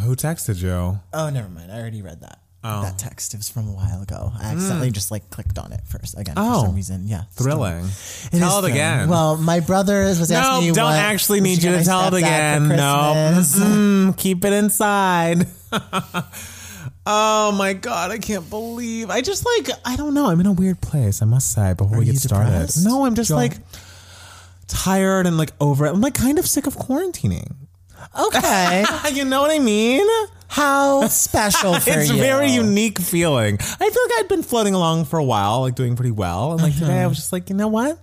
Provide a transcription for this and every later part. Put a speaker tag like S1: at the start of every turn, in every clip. S1: who texted you?
S2: Oh, never mind. I already read that.
S1: Oh.
S2: That text it was from a while ago. I accidentally just like clicked on it first again
S1: Hmm. Oh.
S2: for some reason. Yeah, it's
S1: Thrilling. Tell
S2: It is
S1: it
S2: thrilling.
S1: again.
S2: Well, my brother was asking me.
S1: no, don't
S2: what-
S1: actually
S2: what
S1: need
S2: she
S1: you to
S2: got my
S1: tell it
S2: stepdad for
S1: again. No,
S2: Christmas.
S1: Mm-mm, Mm, keep it inside. oh my god, I can't believe I just like I don't know. I'm in a weird place. I must say before we
S2: you
S1: get started.
S2: depressed?
S1: No, I'm just
S2: Joel?
S1: like tired and like over it. I'm like kind of sick of quarantining.
S2: Okay,
S1: you know what I mean?
S2: how special for
S1: it's
S2: you?
S1: a very unique feeling. I feel like I'd been floating along for a while, like doing pretty well. And like today, I was just like, you know what?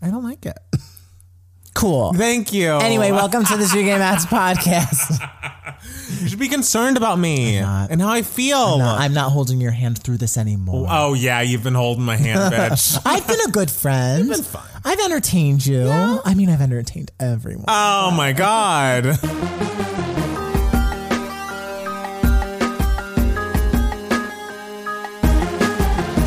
S1: I don't like it.
S2: Cool.
S1: Thank you.
S2: Anyway, welcome to the Three Game Ads podcast.
S1: You should be concerned about me
S2: not.
S1: and how I feel.
S2: No, I'm not holding your hand through this anymore.
S1: oh yeah, you've been holding my hand, bitch.
S2: I've been a good friend.
S1: been fine.
S2: I've entertained you. I mean, I've entertained everyone.
S1: oh my god.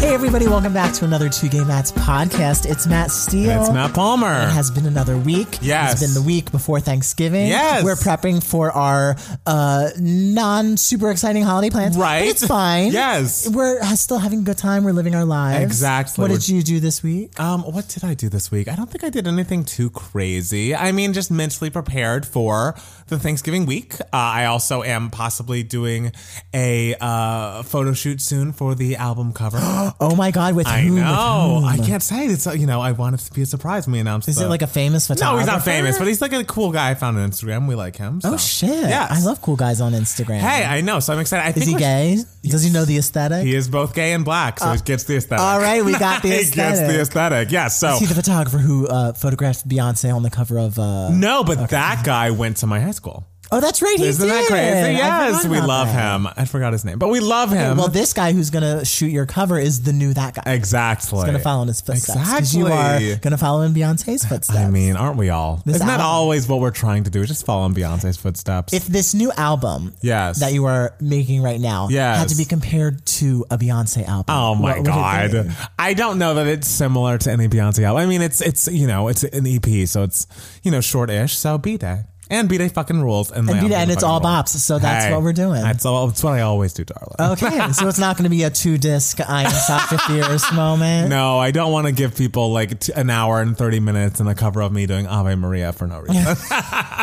S2: hey, everybody, welcome back to another Two Gay Mats podcast. It's Matt Steele.
S1: It's Matt Palmer.
S2: It has been another week.
S1: Yes.
S2: It's been the week before Thanksgiving.
S1: Yes.
S2: We're prepping for our uh, non super exciting holiday plans. but
S1: Right.
S2: it's fine.
S1: Yes.
S2: We're ha- still having a good time. We're living our lives.
S1: Exactly.
S2: What
S1: We're-
S2: did you do this week?
S1: Um, what did I do this week? I don't think I did anything too crazy. I mean, just mentally prepared for the Thanksgiving week. Uh, I also am possibly doing a uh, photo shoot soon for the album cover. I
S2: Oh my God, with whom? With
S1: know.
S2: whom?
S1: I can't say it. It's uh, you know, I want it to be a surprise when we announced.
S2: Is it like a famous photographer?
S1: No, he's not famous, but he's like a cool guy I found on Instagram. We like him.
S2: Oh
S1: so.
S2: shit!
S1: Yes.
S2: I love cool guys on Instagram.
S1: Hey, I know. So I'm excited. I
S2: is
S1: think
S2: he
S1: we're-
S2: gay? Does he know the aesthetic?
S1: He is both gay and black, so he gets the aesthetic.
S2: All right, we got the
S1: he gets
S2: aesthetic.
S1: the aesthetic. Yes. So
S2: Is he the photographer who uh, photographed Beyonce on the cover of? Uh...
S1: no, but that guy went to my high school.
S2: Oh, that's right. He
S1: Isn't
S2: did.
S1: that
S2: I
S1: crazy?
S2: forgot
S1: Yes, we
S2: about
S1: love
S2: that.
S1: him. I forgot his name, but we love him.
S2: Well, this guy who's gonna shoot your cover is the new that guy.
S1: exactly.
S2: Gonna follow in his footsteps. 'cause You
S1: Exactly.
S2: are gonna follow in Beyonce's footsteps.
S1: I mean, aren't we all? Isn't that
S2: album.
S1: always what we're trying to do? Just follow in Beyonce's footsteps.
S2: if this new album
S1: Yes.
S2: that you are making right now
S1: Yes.
S2: had to be compared to a Beyonce album,
S1: Oh
S2: what
S1: my
S2: would it be?
S1: god! I don't know that it's similar to any Beyonce album. I mean, it's it's you know it's an EP, so it's you know short-ish. So B Day and B Day fucking rules, and, the
S2: And, be-
S1: album
S2: and it's
S1: fucking
S2: all
S1: rules.
S2: bops, so that's
S1: Hey,
S2: what we're doing. Oh.
S1: That's all. That's what I always do, darling.
S2: Okay, so it's not going to be a two disc I am soft 50 years moment.
S1: No, I don't want to give people like t- an hour and thirty minutes and a cover of me doing Ave Maria for no reason.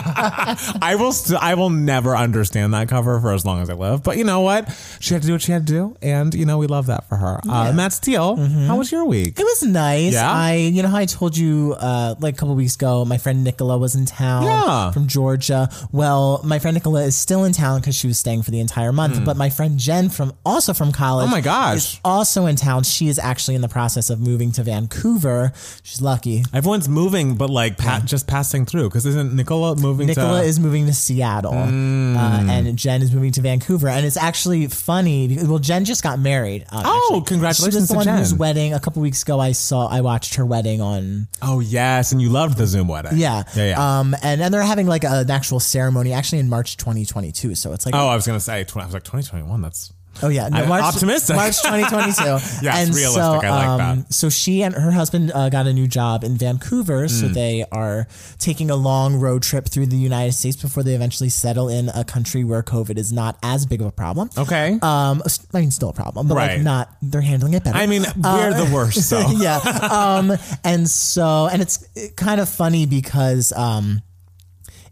S1: I will, st- I will never understand that cover for as long as I live. But you know what? She had to do what she had to do, and you know we love that for her. Uh, Matt Steele,
S2: Mm-hmm.
S1: how was your week?
S2: It was nice.
S1: Yeah?
S2: I, you know how I told you uh, like a couple weeks ago, my friend Nicola was in town
S1: Yeah.
S2: from Georgia. Well, my friend Nicola is still in town because she was staying for the entire month. But my friend Jen from also from college.
S1: Hmm. Oh my gosh.
S2: is also in town. She is actually in the process of moving to Vancouver. She's lucky.
S1: Everyone's moving, but like pa- just passing through. Because isn't Nicola moving?
S2: Nicola
S1: to-
S2: is moving to Seattle,
S1: Hmm.
S2: uh, and Jen is moving to Vancouver. And it's actually funny. Because, well, Jen just got married. uh,
S1: Oh,
S2: actually.
S1: congratulations
S2: She was the
S1: to
S2: one whose
S1: Jen.
S2: wedding a couple weeks ago I saw. I watched her wedding on.
S1: Oh yes, and you loved the Zoom wedding.
S2: Yeah,
S1: yeah, yeah.
S2: Um, and and they're having like an actual ceremony actually in March 2022. So it's like
S1: oh, I was gonna say. Tw- I was like twenty twenty one. That's
S2: Oh yeah, no,
S1: I'm
S2: March,
S1: optimistic.
S2: March
S1: Yes,
S2: 2022.
S1: realistic. I like
S2: that. um, So she and her husband uh, got a new job in Vancouver,
S1: Mm.
S2: so they are taking a long road trip through the United States before they eventually settle in a country where COVID is not as big of a problem.
S1: okay.
S2: Um, I mean, still a problem, but like
S1: Oh. Right.
S2: not. They're handling it better.
S1: I mean, we're the worst. So
S2: yeah. Um, and so, and it's kind of funny because um,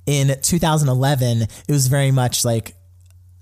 S2: in 2011, it was very much like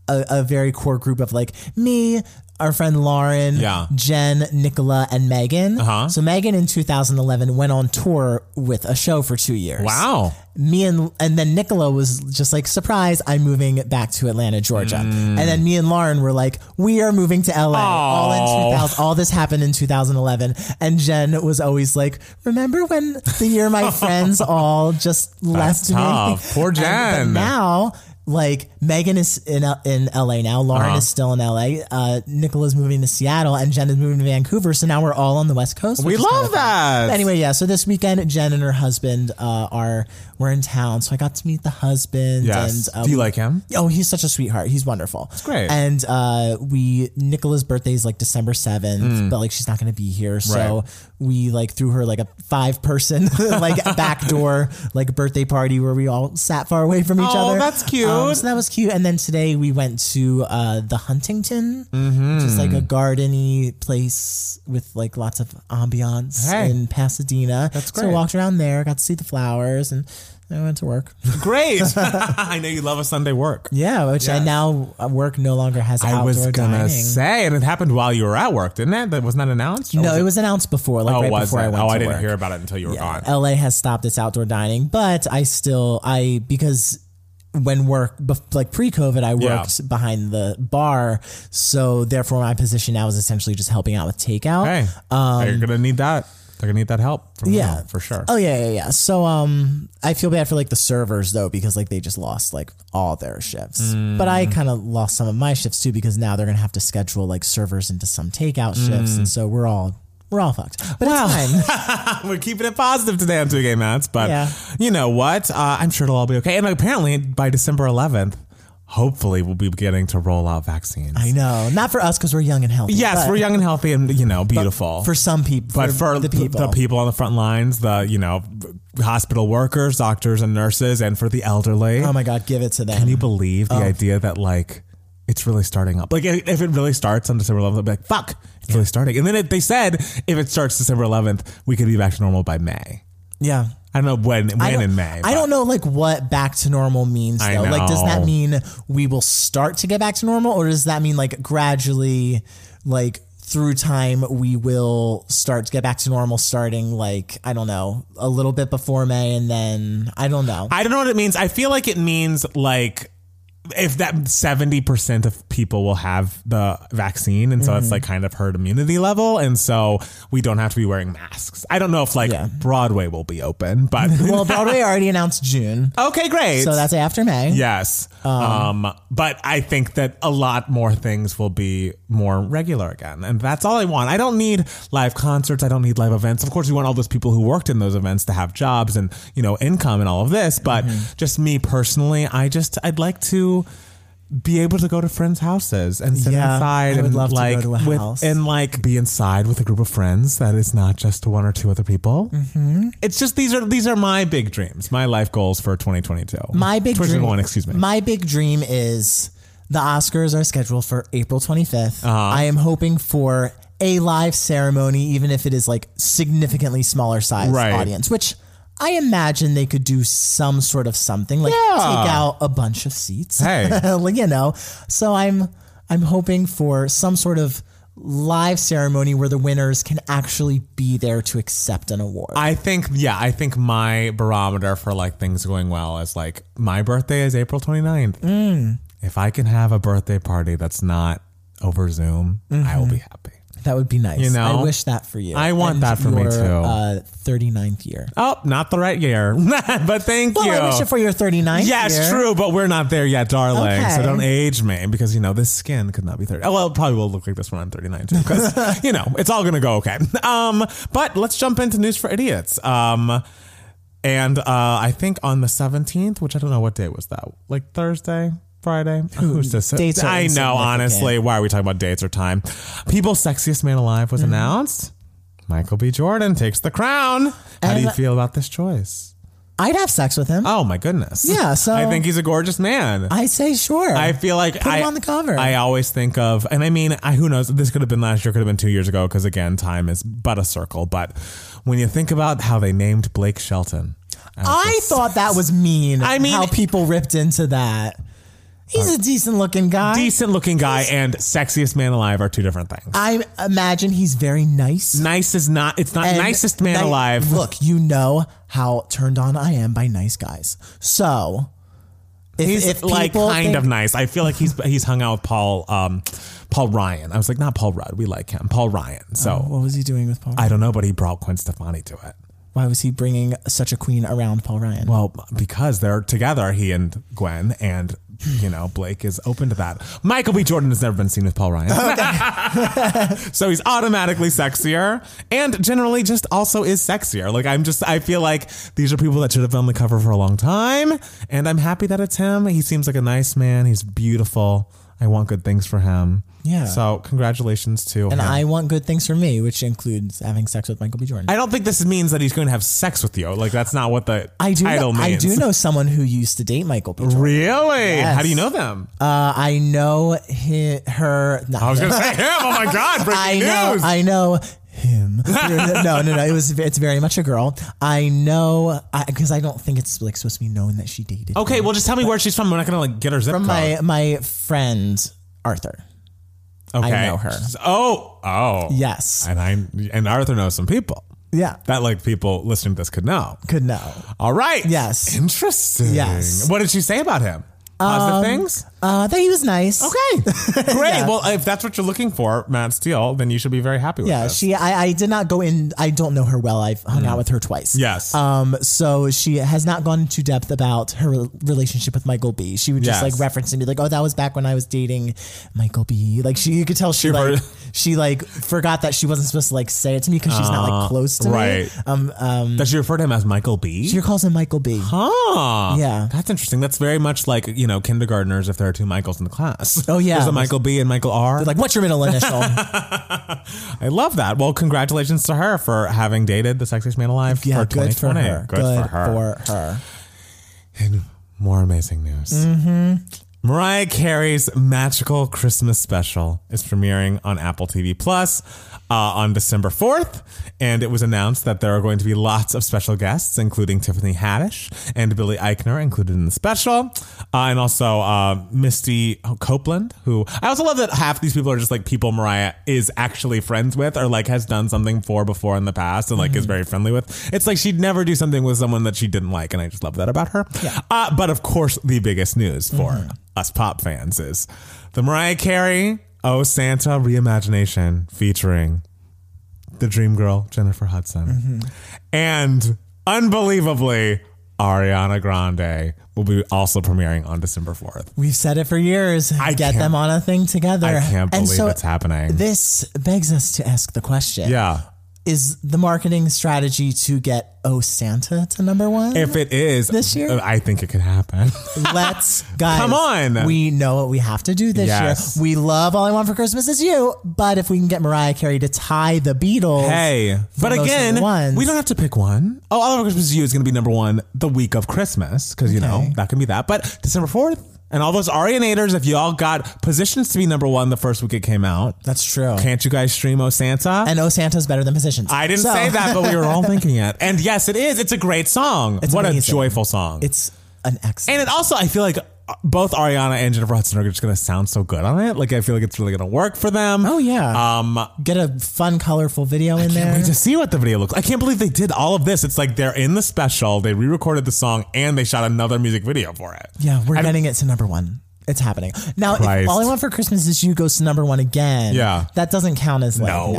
S2: a, a very core group of like me, our friend Lauren,
S1: Yeah.
S2: Jen, Nicola, and Megan.
S1: Uh-huh.
S2: So Megan in 2011 went on tour with a show for two years.
S1: wow.
S2: Me and and then Nicola was just like, surprise, I'm moving back to Atlanta, Georgia.
S1: Mm.
S2: And then me and Lauren were like, we are moving to LA. All in 2000. All this happened in 2011. And Jen was always like, remember when the year my friends all just left
S1: tough.
S2: me?
S1: Poor
S2: And-
S1: Jen.
S2: but now. Like Megan is in in LA now. Lauren
S1: Uh-huh.
S2: is still in LA. Uh, Nicola's moving to Seattle, and Jen is moving to Vancouver. So now we're all on the West Coast.
S1: We
S2: which is kinda
S1: love
S2: fun.
S1: that.
S2: Anyway, yeah. So this weekend, Jen and her husband uh, are were in town, so I got to meet the husband.
S1: Yes.
S2: And, uh,
S1: Do you
S2: we-
S1: like him?
S2: Oh, he's such a sweetheart. He's wonderful. It's
S1: great.
S2: And uh, we Nicola's birthday is like December seventh, but like she's not going to be here, so
S1: Mm. Right.
S2: we like threw her like a five person like backdoor like birthday party where we all sat far away from each
S1: Oh,
S2: other.
S1: that's cute.
S2: Um, so that was cute. And then today we went to uh, the Huntington, which is like
S1: Mm-hmm.
S2: a gardeny place with like lots of ambiance
S1: Hey.
S2: in Pasadena.
S1: That's
S2: So I
S1: great.
S2: walked around there, got to see the flowers, and I went to work.
S1: Great. I know you love a Sunday work.
S2: yeah, which I
S1: Yes.
S2: now uh, work no longer has
S1: I
S2: outdoor
S1: was gonna
S2: dining.
S1: say, and it happened while you were at work, didn't it? That was not announced. Or
S2: no, it was announced before, like
S1: Oh,
S2: right
S1: was
S2: before
S1: it?
S2: I went
S1: oh,
S2: to
S1: I didn't
S2: work.
S1: hear about it until you were
S2: Yeah,
S1: gone.
S2: LA has stopped its outdoor dining, but I still I because when work bef- like pre-COVID, I
S1: Yeah.
S2: worked behind the bar, so therefore my position now is essentially just helping out with takeout.
S1: Hey, they're Oh, gonna need that. They're gonna need that help. From
S2: Um, Yeah.
S1: yeah, for sure.
S2: Oh yeah, yeah, yeah. So um, I feel bad for like the servers though because like they just lost like all their shifts.
S1: Mm.
S2: But I kind of lost some of my shifts too because now they're gonna have to schedule like servers into some takeout shifts,
S1: Mm.
S2: and so we're all we're all fucked. But it's fine.
S1: We're keeping it positive today on two gay mats, but
S2: Yeah.
S1: you know what? Uh, I'm sure it'll all be okay. And apparently by December 11th, hopefully we'll be getting to roll out vaccines.
S2: I know, not for us because we're young and healthy.
S1: yes,
S2: but
S1: we're young and healthy and you know beautiful.
S2: for some people,
S1: but for
S2: the people,
S1: the people on the front lines, the you know hospital workers, doctors and nurses, and for the elderly.
S2: Oh my God, give it to them.
S1: Can you believe
S2: Oh.
S1: the idea that like it's really starting up? Like if if it really starts on December 11th, they'll be like, "Fuck, it's really starting." And then it, they said if it starts December 11th, we could be back to normal by May.
S2: yeah.
S1: I don't know when when
S2: I don't-
S1: in May.
S2: I
S1: but-
S2: don't know like what back to normal means though.
S1: I
S2: Like does that
S1: know.
S2: mean we will start to get back to normal or does that mean like gradually like through time we will start to get back to normal starting like I don't know, a little bit before May and then I don't know.
S1: I don't know what it means. I feel like it means like if that seventy percent of people will have the vaccine, and so
S2: Mm-hmm.
S1: it's like kind of herd immunity level, and so we don't have to be wearing masks. I don't know if like Broadway will be open, but
S2: well, Broadway already announced June.
S1: okay, great.
S2: So that's after May.
S1: Yes. Um, but I think that a lot more things will be more regular again. And that's all I want. I don't need live concerts. I don't need live events. Of course, we want all those people who worked in those events to have jobs and, you know, income and all of this. But
S2: Mm-hmm.
S1: just me personally, I just, I'd like to be able to go to friends' houses and sit
S2: Yeah,
S1: inside
S2: I would
S1: and
S2: love to go
S1: like
S2: to a
S1: with-
S2: house.
S1: and like be inside with a group of friends that is not just one or two other people. Mm-hmm. It's just these are these are my big dreams, my life goals for 2022.
S2: My big dream,
S1: 2021, excuse me.
S2: My big dream is the Oscars are scheduled for April 25th.
S1: Uh-huh.
S2: I am hoping for a live ceremony, even if it is like significantly smaller size
S1: Right.
S2: audience, which I imagine they could do some sort of something like
S1: Yeah.
S2: take out a bunch of seats.
S1: Hey.
S2: Like, you know, so I'm I'm hoping for some sort of live ceremony where the winners can actually be there to accept an award.
S1: I think yeah, I think my barometer for like things going well is like my birthday is April 29th.
S2: Mm.
S1: If I can have a birthday party that's not over Zoom,
S2: Mm-hmm.
S1: I will be happy.
S2: That would be nice. You
S1: know?
S2: I wish that for you.
S1: I want
S2: And
S1: that for me
S2: your,
S1: too.
S2: Uh, 39th year.
S1: Oh, not the right year. but thank
S2: Well,
S1: you.
S2: I wish it for your 39th
S1: Yeah,
S2: year.
S1: it's true, but we're not there yet, darling.
S2: Okay.
S1: So don't age me because, you know, this skin could not be 30. Oh, well, it probably will look like this when I'm 39, too, because, you know, it's all going to go okay. Um, but let's jump into News for Idiots. Um, and uh, I think on the 17th, which I don't know what day was that, like Thursday? Friday? Who's to say?
S2: dates are
S1: I know,
S2: insignificant.
S1: honestly. Why are we talking about dates or time? People's Sexiest Man Alive was
S2: Mm-hmm.
S1: announced. Michael B. Jordan takes the crown. How do
S2: And-
S1: you feel about this choice?
S2: I'd have sex with him.
S1: Oh my goodness.
S2: Yeah, so-
S1: I think he's a gorgeous man. I,
S2: I say sure.
S1: feel like
S2: him
S1: I,
S2: on the cover.
S1: I always think of, and I mean, I, who knows? This could have been last year, could have been two years ago, because again, time is but a circle. But when you think about how they named Blake Shelton, as
S2: I
S1: the-
S2: thought that was mean.
S1: I mean- uh,
S2: how people ripped into that. He's a decent looking guy.
S1: decent looking guy and sexiest man alive are two different things.
S2: I imagine he's very nice.
S1: Nice is not. It's not
S2: And
S1: nicest man
S2: ni-
S1: alive.
S2: Look, you know how turned on I am by nice guys. So, if,
S1: He's
S2: if
S1: like
S2: people
S1: kind
S2: think-
S1: of nice. I feel like he's he's hung out with Paul um, Paul Ryan. I was like, not Paul Rudd. We like him. Paul Ryan. So
S2: What was he doing with Paul?
S1: I don't know, but he brought Gwen Stefani to it.
S2: Why was he bringing such a queen around Paul Ryan?
S1: Well, because they're together, he and Gwen, and you know Blake is open to that. Michael B. Jordan has never been seen with Paul Ryan, so he's automatically sexier, and generally just also is sexier. Like I'm just, I feel like these are people that should have been on the cover for a long time, and I'm happy that it's him. He seems like a nice man. He's beautiful. I want good things for him.
S2: Yeah.
S1: So congratulations to
S2: And
S1: him.
S2: I want good things for me, which includes having sex with Michael B. Jordan.
S1: I don't think this means that he's going to have sex with you. Like that's not what the
S2: I do.
S1: title
S2: Know, I
S1: means.
S2: do know someone who used to date Michael B. Jordan.
S1: Really?
S2: Yes.
S1: How do you know them?
S2: Uh, I know hi, her. Not
S1: I was
S2: him.
S1: going to say him. Oh my God! Breaking
S2: I know.
S1: news.
S2: I know him. no, no, no. It was. It's very much a girl. I know because I, don't think it's like supposed to be known that she dated
S1: okay, well, just tell me where she's from. We're not going to like get her zip
S2: from
S1: code.
S2: my my friend Arthur.
S1: okay.
S2: know her.
S1: She's- Oh, oh,
S2: Yes.
S1: And I and Arthur knows some people
S2: yeah.
S1: that like people listening to this could know.
S2: Could know.
S1: All right.
S2: Yes.
S1: Interesting.
S2: Yes.
S1: What did she say about him? Positive things.
S2: Uh, that he was nice.
S1: Okay. Great. Well, if that's what you're looking for, Matt Steele, then you should be very happy with
S2: Yeah,
S1: this.
S2: she. I, I did not go in. I don't know her well. I've hung out with her twice.
S1: Mm. Yes.
S2: Um. So she has not gone into depth about her re- relationship with Michael B. She would just
S1: Yes.
S2: like reference and be like, "Oh, that was back when I was dating Michael B." Like she, you could tell she,
S1: She
S2: like
S1: heard-
S2: she like forgot that she wasn't supposed to like say it to me because she's not like close to
S1: Uh, right.
S2: me. Um. Um.
S1: Does she refer to him as Michael B?
S2: She calls him Michael B.
S1: Huh.
S2: Yeah.
S1: Ah, That's interesting. That's very much like, you know, kindergartners if there are two Michaels in the class.
S2: Oh, yeah.
S1: There's a Michael B and Michael R.
S2: Like, what's your middle initial?
S1: I love that. Well, congratulations to her for having dated the sexiest man alive
S2: Yeah,
S1: for
S2: good for
S1: 2020.
S2: her.
S1: Good, for her.
S2: For her.
S1: And more amazing news. Mm-hmm. Mariah Carey's magical Christmas special is premiering on Apple TV Plus uh, on December 4th. And it was announced that there are going to be lots of special guests, including Tiffany Haddish and Billy Eichner, included in the special. Uh, and also uh, Misty Copeland, who I also love that half these people are just like people Mariah is actually friends with or like has done something for before in the past and like
S2: Mm-hmm.
S1: is very friendly with. It's like she'd never do something with someone that she didn't like. And I just love that about her. Uh, but of course, the biggest news for
S2: Mm-hmm.
S1: us pop fans is the Mariah Carey Oh Santa reimagination featuring the dream girl, Jennifer Hudson.
S2: Mm-hmm.
S1: And unbelievably, Ariana Grande will be also premiering on December 4th.
S2: We've said it for years. Get
S1: can't-
S2: them on a thing together.
S1: I can't
S2: And
S1: believe
S2: so
S1: it's happening.
S2: This begs us to ask the question.
S1: yeah.
S2: Is the marketing strategy to get Oh Santa to number one?
S1: If it is uh,
S2: This year?
S1: I think it could happen.
S2: Let's guys.
S1: Come on.
S2: We know what we have to do this
S1: Yes.
S2: year. We love All I Want for Christmas Is You, but if we can get Mariah Carey to tie the Beatles.
S1: Hey, but
S2: those
S1: again,
S2: ones.
S1: we don't have to pick one. Oh, All Over Christmas is You is going to be number one the week of Christmas because you know
S2: Okay.
S1: that can be that. But December fourth and all those Arianators, if you all got positions to be number one the first week it came out,
S2: That's true.
S1: can't you guys stream Oh Santa?
S2: And Oh Santa's better than positions.
S1: I didn't
S2: So,
S1: say that, but we were all thinking it. And yes, it is. It's a great song. what a
S2: amazing.
S1: joyful song.
S2: It's an excellent.
S1: and it also, I feel like uh, both Ariana and Jennifer Hudson are just going to sound so good on it. Like I feel like it's really going to work for them.
S2: oh yeah.
S1: Um,
S2: get a fun, colorful video in
S1: can't
S2: there.
S1: wait to see what the video looks. I can't believe they did all of this. It's like they're in the special. They re-recorded the song and they shot another music video for it.
S2: Yeah, we're getting it to number one. It's happening now.
S1: Christ.
S2: If all I want for Christmas is you goes to number one again.
S1: Yeah.
S2: that doesn't count as like
S1: No,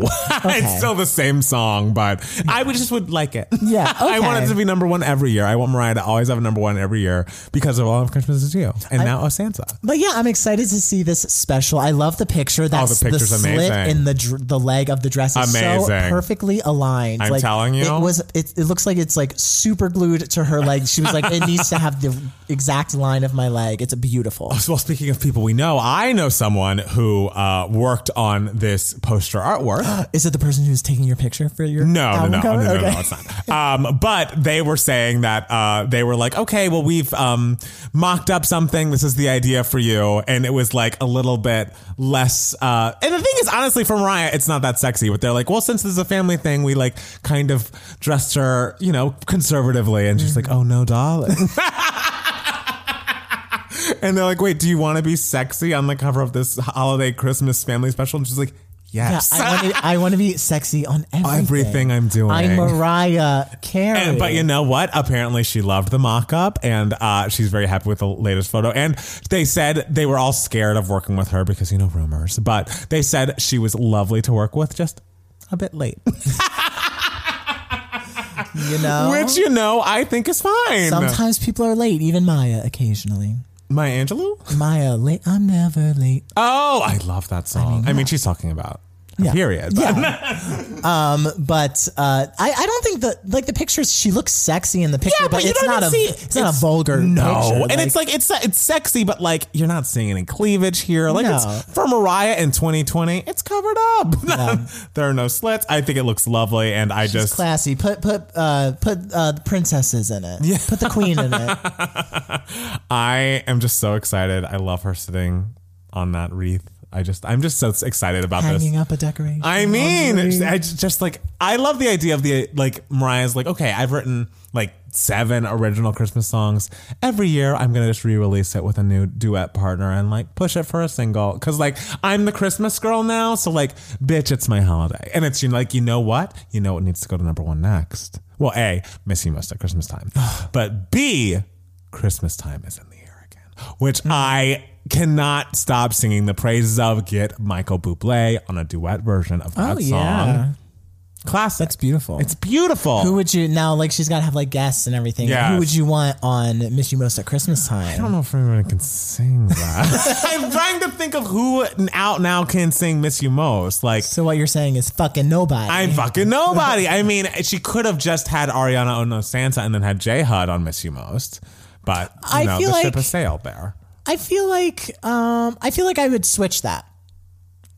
S2: Okay.
S1: it's still the same song, but I would just would like it.
S2: Yeah,
S1: I want it
S2: okay.
S1: to be number one every year. I want Mariah to always have a number one every year because of all of Christmas is you, and now Oh Santa.
S2: But yeah, I'm excited to see this special. I love the picture. That's
S1: Oh, the picture's
S2: slit
S1: amazing.
S2: in the dr- the leg of the dress is so
S1: Amazing.
S2: perfectly aligned.
S1: I'm
S2: like,
S1: telling you.
S2: it was. It, it looks like it's like super glued to her leg. She was like, it needs to have the exact line of my leg. It's beautiful.
S1: Well, speaking of people we know, I know someone who uh, worked on this poster artwork.
S2: Is it the person who's taking your picture for your
S1: No, no,
S2: album
S1: no, no,
S2: cover?
S1: no, no,
S2: okay.
S1: it's not. Um, but they were saying that uh, they were like, okay, well, we've um, mocked up something. This is the idea for you, and it was like a little bit less. Uh, and the thing is, honestly, for Mariah, it's not that sexy. But they're like, well, since this is a family thing, we like kind of dressed her, you know, conservatively, and she's like, oh no, darling. And they're like, wait, do you want to be sexy on the cover of this holiday Christmas family special? And she's like,
S2: Yeah,
S1: yes.
S2: I want to. I want to be sexy on everything.
S1: Everything I'm doing.
S2: I'm Mariah Carey.
S1: And- but you know what? Apparently, she loved the mock up and uh, she's very happy with the latest photo. And they said they were all scared of working with her because, you know, rumors. But they said she was lovely to work with, just a bit late.
S2: You know?
S1: Which, you know, I think is fine.
S2: sometimes people are late. Even Maya, occasionally.
S1: My Angelou?
S2: Maya, late. I'm never late.
S1: Oh, I love that song. I mean, she's talking about
S2: Yeah.
S1: Period.
S2: Yeah. um, but uh, I, I don't think that like the pictures. She looks sexy in the picture,
S1: Yeah,
S2: but,
S1: but you
S2: it's
S1: don't
S2: not a
S1: even see-
S2: it's, not a vulgar.
S1: No,
S2: picture.
S1: and it's like it's it's sexy, but like you're not seeing any cleavage here. Like
S2: No.
S1: it's for Mariah in 2020, it's covered up. there are no slits. I think it looks lovely, and I
S2: It's
S1: just
S2: classy. Put put uh, put uh, the princesses in it. Yeah. Put the queen in it.
S1: I am just so excited. I love her sitting on that wreath. I just I'm just so excited about this.
S2: Hanging up a decoration.
S1: I mean, I j- just like I love the idea of the like Mariah's like, okay, I've written like seven original Christmas songs. Every year, I'm gonna just re-release it with a new duet partner and like push it for a single. Cause like I'm the Christmas girl now, so like, bitch, it's my holiday, and it's you know, like you know what, you know what needs to go to number one next. Well, a Missy Must at Christmas time, but B Christmas time is in the air again, which I cannot stop singing the praises of. Get Michael Bublé on a duet version of that
S2: oh
S1: song.
S2: yeah,
S1: Classic.
S2: that's beautiful.
S1: it's beautiful.
S2: who would you now? Like she's got to have like guests and everything.
S1: Yes.
S2: Who would you want on Miss You Most at Christmas time?
S1: I don't know if anyone can sing that. I'm trying to think of who out now can sing "Miss You Most." Like
S2: So what you're saying is fucking nobody.
S1: I'm fucking nobody. I mean, she could have just had Ariana Ono Santa and then had J HUD on "Miss You Most," but you
S2: I
S1: know,
S2: feel
S1: the
S2: like-
S1: ship has sailed there.
S2: I feel like um, I feel like I would switch that.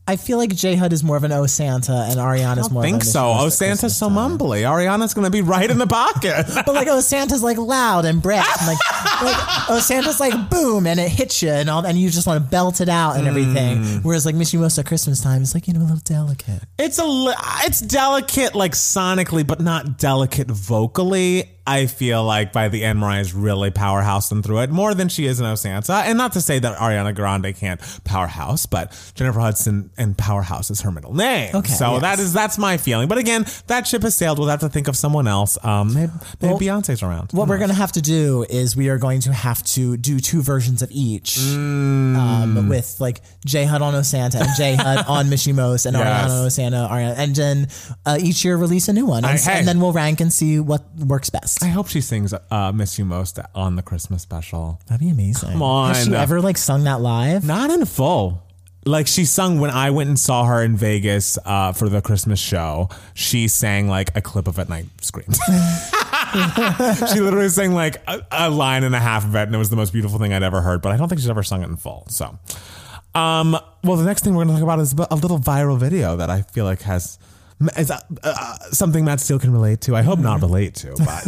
S2: I feel like J Hud is more of an O Santa and Ariana is more.
S1: I think
S2: of an
S1: so. Oh, Santa's so mumbly. Ariana's gonna be right in the pocket.
S2: But like Oh Santa's like loud and brash, and like, like Oh Santa's like boom and it hits you and all, and you just want to belt it out and
S1: Mm.
S2: everything. Whereas like Miss You Most at Christmas time is like you know a little delicate.
S1: It's a li- it's delicate like sonically, but not delicate vocally. I feel like by the end, Mariah's really powerhousing through it more than she is in O Santa. And not to say that Ariana Grande can't powerhouse, but Jennifer Hudson and powerhouse is her middle name.
S2: Okay,
S1: so
S2: yes.
S1: that is that's my feeling. But again, that ship has sailed. We'll have to think of someone else. Um, maybe, maybe Beyonce's around.
S2: What we're gonna have to do is we are going to have to do two versions of each,
S1: Mm.
S2: um, with like J Hud on O Santa and J Hud on Mishimos and
S1: Yes.
S2: Ariana on O Santa, Ariana, and then uh, each year release a new one,
S1: I-
S2: and,
S1: hey.
S2: and then we'll rank and see what works best.
S1: I hope she sings uh, "Miss You Most" on the Christmas special.
S2: That'd be amazing. Come
S1: on.
S2: has she ever like sung that live?
S1: Not in full. Like she sung when I went and saw her in Vegas uh, for the Christmas show. She sang like a clip of it, and I screamed. she literally sang like a, a line and a half of it, and it was the most beautiful thing I'd ever heard. But I don't think she's ever sung it in full. So, um, well, the next thing we're going to talk about is a little viral video that I feel like has is, uh, uh, something Matt Steele can relate to. I hope not relate to, but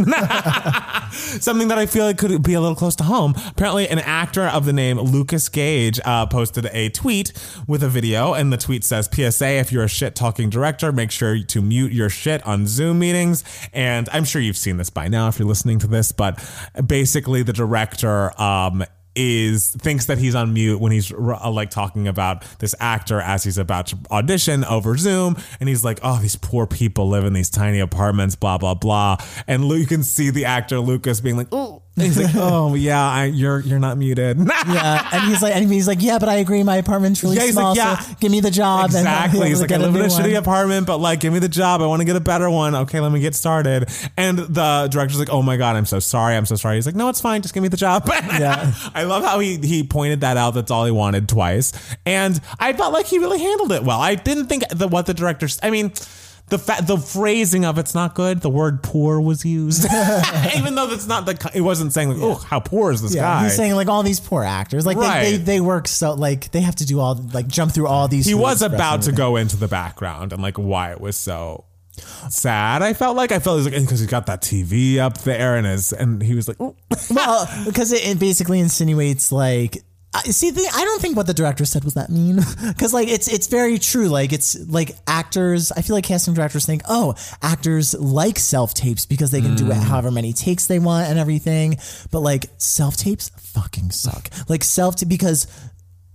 S1: something that I feel like could be a little close to home. Apparently, an actor of the name Lucas Gage uh, posted a tweet with a video, and the tweet says, "PSA: If you're a shit talking director, make sure to mute your shit on Zoom meetings." And I'm sure you've seen this by now if you're listening to this, but basically, the director. Um, is thinks that he's on mute when he's uh, like talking about this actor as he's about to audition over Zoom, and he's like, "Oh, these poor people live in these tiny apartments, blah blah blah." And Lu- you can see the actor Lucas being like, "Oh," he's like, "Oh yeah, I, you're you're not muted."
S2: Yeah, and he's like, and he's like, yeah, but I agree. My apartment's really
S1: Yeah, he's
S2: small.
S1: like, yeah.
S2: so give me the job. and I'll
S1: Exactly.
S2: be able
S1: He's
S2: to
S1: like, I
S2: get
S1: live in a
S2: new
S1: shitty
S2: one."
S1: apartment, but like, give me the job. I want to get a better one. Okay, let me get started. And the director's like, Oh my god, I'm so sorry. I'm so sorry. He's like, No, it's fine. Just give me the job.
S2: Yeah.
S1: I love how he he pointed that out. That's all he wanted twice. And I felt like he really handled it well. I didn't think that what the director's. I mean. The, fa- the phrasing of it's not good. The word poor was used, even though that's not the. co- It wasn't saying like, oh, how poor is this
S2: Yeah,
S1: guy?
S2: he's saying like all these poor actors, like they, they
S1: Right.
S2: they work so like they have to do all like jump through all these.
S1: he
S2: hoops
S1: was
S2: for us
S1: about
S2: and
S1: to
S2: everything.
S1: go into the background and like why it was so sad. I felt like I felt like because he got that TV up there and his and he was like, "Ooh."
S2: well because it, it basically insinuates like. I See, the, I don't think what the director said was that mean, because like it's it's very true. Like it's like actors. I feel like casting directors think, oh, actors like self tapes because they can do it
S1: Hmm.
S2: however many takes they want and everything. But like self tapes fucking suck. Like self because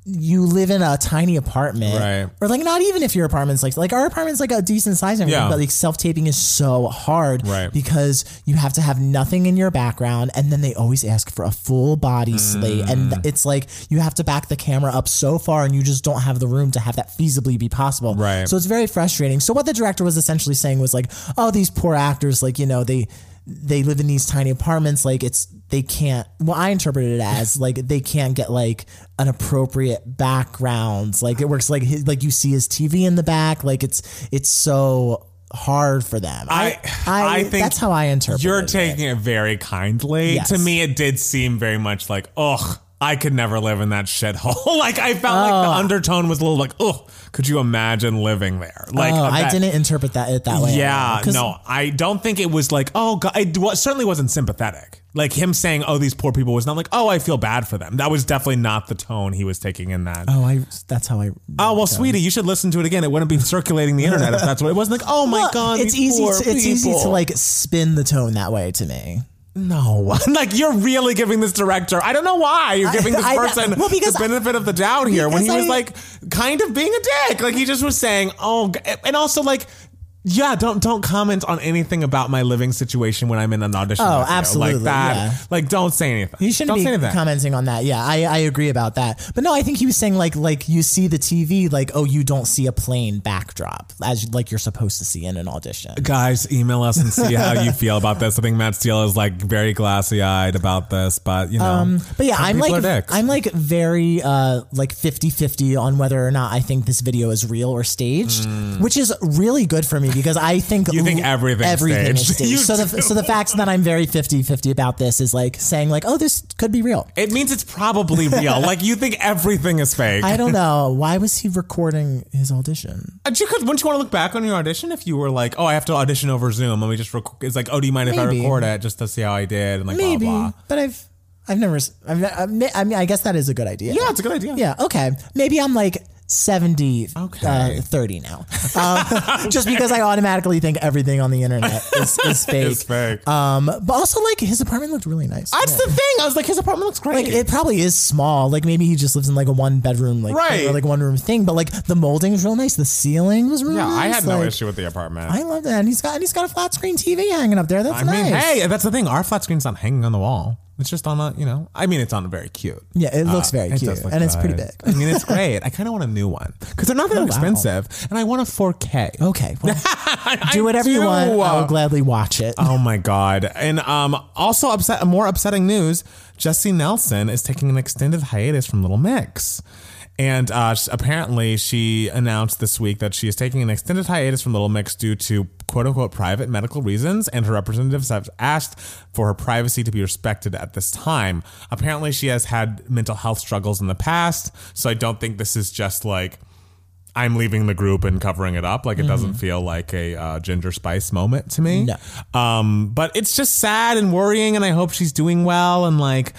S2: you live in a tiny apartment,
S1: Right.
S2: Or like not even if your apartment's like like our apartment's like a decent size, and everything,
S1: Yeah.
S2: but like self taping is so hard,
S1: Right.
S2: Because you have to have nothing in your background, and then they always ask for a full body slate, and th- it's like you have to back the camera up so far, and you just don't have the room to have that feasibly be possible,
S1: Right.
S2: So it's very frustrating. So what the director was essentially saying was like, oh, these poor actors, like you know they. they live in these tiny apartments. Like it's they can't. Well, I interpret it as like they can't get like an appropriate background. Like it works like his, like you see his TV in the back. Like it's it's so hard for them. I I, think that's how I interpret.
S1: You're
S2: it.
S1: taking it very kindly.
S2: Yes.
S1: To me, it did seem very much like, ugh, I could never live in that shithole. like I felt like
S2: Ah.
S1: the undertone was a little like, ugh, could you imagine living there? Like
S2: Oh, I
S1: that-
S2: didn't interpret that it that way. at all.
S1: Yeah,
S2: Oh, 'Cause
S1: no, I don't think it was like, oh, God, it wa- certainly wasn't sympathetic. Like him saying, oh, these poor people was not like, oh, I feel bad for them. That was definitely not the tone he was taking in that.
S2: Oh, I. That's how I.
S1: Oh well, sweetie, you should listen to it again. It wouldn't be circulating the internet if that's what it wasn't like. Oh my
S2: Well,
S1: god,
S2: it's
S1: these
S2: easy. To,
S1: poor
S2: it's easy to
S1: people.
S2: like spin the tone that way to me.
S1: no, Oh, like you're really giving this director. I don't know why you're giving this
S2: I know.
S1: person
S2: Well, because
S1: the benefit of the doubt here when he
S2: because
S1: was
S2: I-
S1: like kind of being a dick. Like he just was saying, oh, g- and also like. Yeah, don't don't comment on anything about my living situation when I'm in an audition.
S2: Oh,
S1: with you.
S2: absolutely,
S1: like that.
S2: yeah.
S1: Like, don't say anything.
S2: You shouldn't
S1: don't say
S2: be
S1: anything.
S2: commenting on that. Yeah, I, I agree about that. But no, I think he was saying like like you see the TV like oh you don't see a plain backdrop as like you're supposed to see in an audition.
S1: Guys, email us and see how you feel about this. I think Matt Steele is like very glassy eyed about this, but you know,
S2: But yeah,
S1: some
S2: I'm
S1: people
S2: like
S1: are dicks.
S2: I'm like very uh like 50-50 on whether or not I think this video is real or staged, which is really good for me because I think
S1: Mm. You think everything's
S2: everything is
S1: staged. You
S2: staged.
S1: do.
S2: so the so the fact that I'm very 50-50 about this is like saying like oh this could be real.
S1: It means it's probably real. like you think everything is fake.
S2: I don't know why was he recording his audition.
S1: But you could, wouldn't you want to look back on your audition if you were like, oh, I have to audition over Zoom. Let me just record. It's like, oh, do you mind if I
S2: Maybe.
S1: record it just to see how I did? And like,
S2: Maybe,
S1: blah, blah.
S2: but I've I've never. s- I've, ne- I mean- I mean, I guess that is a good idea.
S1: Yeah, it's a good idea.
S2: Yeah. Okay. Maybe I'm like 70,
S1: Okay.
S2: uh, 30 now. Um, just because I automatically think everything on the internet is, is fake.
S1: It's fake.
S2: Um, but also, like, his apartment looked really nice.
S1: That's
S2: Yeah.
S1: the thing. I was like, his apartment looks great.
S2: like it probably is small. Like maybe he just lives in like a one bedroom, like
S1: Right.
S2: or, like one room thing. But like the molding is real nice. The ceiling was really
S1: yeah,
S2: nice.
S1: I had no
S2: like,
S1: issue with the apartment.
S2: I love that. And he's got and he's got a flat screen TV hanging up there. That's
S1: I mean,
S2: nice.
S1: hey, that's the thing. Our flat screen's not hanging on the wall. It's just on a, you know, I mean, it's on a very cute.
S2: Yeah, it looks very
S1: Uh, It
S2: cute
S1: does look
S2: and it's pretty
S1: nice.
S2: big. Oh,
S1: I mean, it's great. I kind of want a new one because they're not that expensive, and I want a 4K.
S2: Okay, well,
S1: I
S2: Oh. do whatever you want.
S1: do.
S2: I'll gladly watch it.
S1: Oh my god! And um, also upset. More upsetting news: Jesse Nelson is taking an extended hiatus from Little Mix, and uh, s- apparently she announced this week that she is taking an extended hiatus from Little Mix due to "quote unquote" private medical reasons, and her representatives have asked for her privacy to be respected at this time. Apparently, she has had mental health struggles in the past, so I don't think this is just like. I'm leaving the group and covering it up. Like it doesn't feel like a uh, Ginger Spice moment to me.
S2: No.
S1: Um, but it's just sad and worrying, and I hope she's doing well. And like,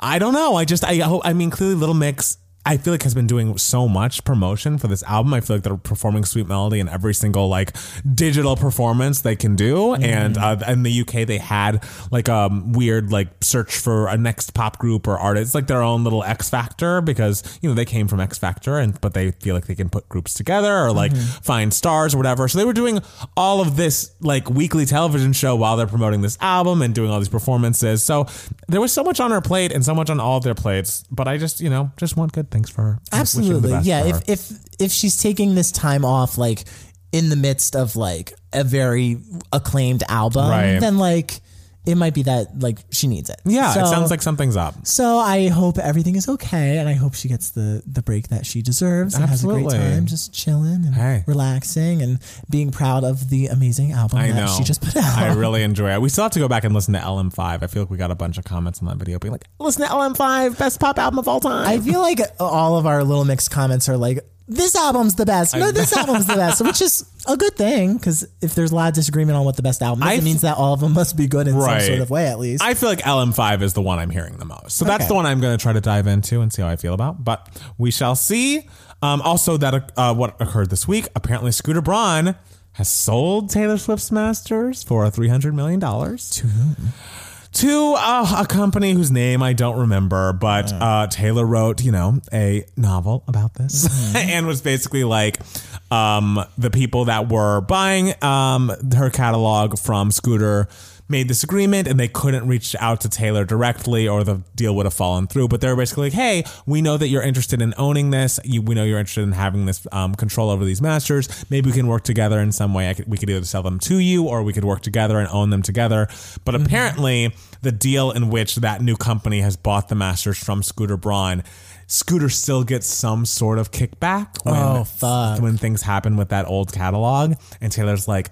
S1: I don't know. I just I hope. I mean, clearly, Little Mix. I feel like has been doing so much promotion for this album. I feel like they're performing Sweet Melody in every single like digital performance they can do. And uh, in the UK, they had like a weird like search for a next pop group or artist, like their own little X Factor, because you know they came from X Factor, and but they feel like they can put groups together or like
S2: Mm-hmm.
S1: find stars or whatever. So they were doing all of this like weekly television show while they're promoting this album and doing all these performances. So there was so much on her plate and so much on all of their plates. But I just you know just want good things for her. Just wish her the
S2: Absolutely,
S1: best
S2: yeah.
S1: for her.
S2: If if if she's taking this time off, like in the midst of like a very acclaimed album,
S1: Right.
S2: then like it might be that like she needs it.
S1: yeah, it
S2: So-
S1: sounds like something's up.
S2: So I hope everything is okay, and I hope she gets the the break that she deserves and has a
S1: Absolutely.
S2: great time, just chilling and
S1: Hey.
S2: relaxing, and being proud of the amazing album
S1: I
S2: that
S1: know.
S2: she just put out.
S1: I really enjoy it. We still have to go back and listen to LM5. I feel like we got a bunch of comments on that video being like, listen to LM5, best pop album of all time.
S2: I feel like all of our little mix comments are like, this album's the best. No, this album's the best, which is a good thing because if there's a lot of disagreement on what the best album is,
S1: I
S2: it means that all of them must be good in
S1: Right.
S2: some sort of way, at least.
S1: I feel like LM5 is the one I'm hearing the most. So that's
S2: Okay.
S1: the one I'm going to try to dive into and see how I feel about. But we shall see. Um, also, that uh, what occurred this week apparently Scooter Braun has sold Taylor Swift's masters for $300 million. To To uh, a company whose name I don't remember, but uh, Taylor wrote, you know, a novel about this and was basically like, um, the people that were buying um, her catalog from Scooter made this agreement and they couldn't reach out to Taylor directly or the deal would have fallen through. But they were basically like, hey, we know that you're interested in owning this. You, we know you're interested in having this um, control over these masters. Maybe we can work together in some way. I could, we could either sell them to you or we could work together and own them together. But
S2: Mm-hmm.
S1: apparently, the deal in which that new company has bought the masters from Scooter Braun. Scooter still gets some sort of kickback when,
S2: Oh, fuck.
S1: when things happen with that old catalog. And Taylor's like,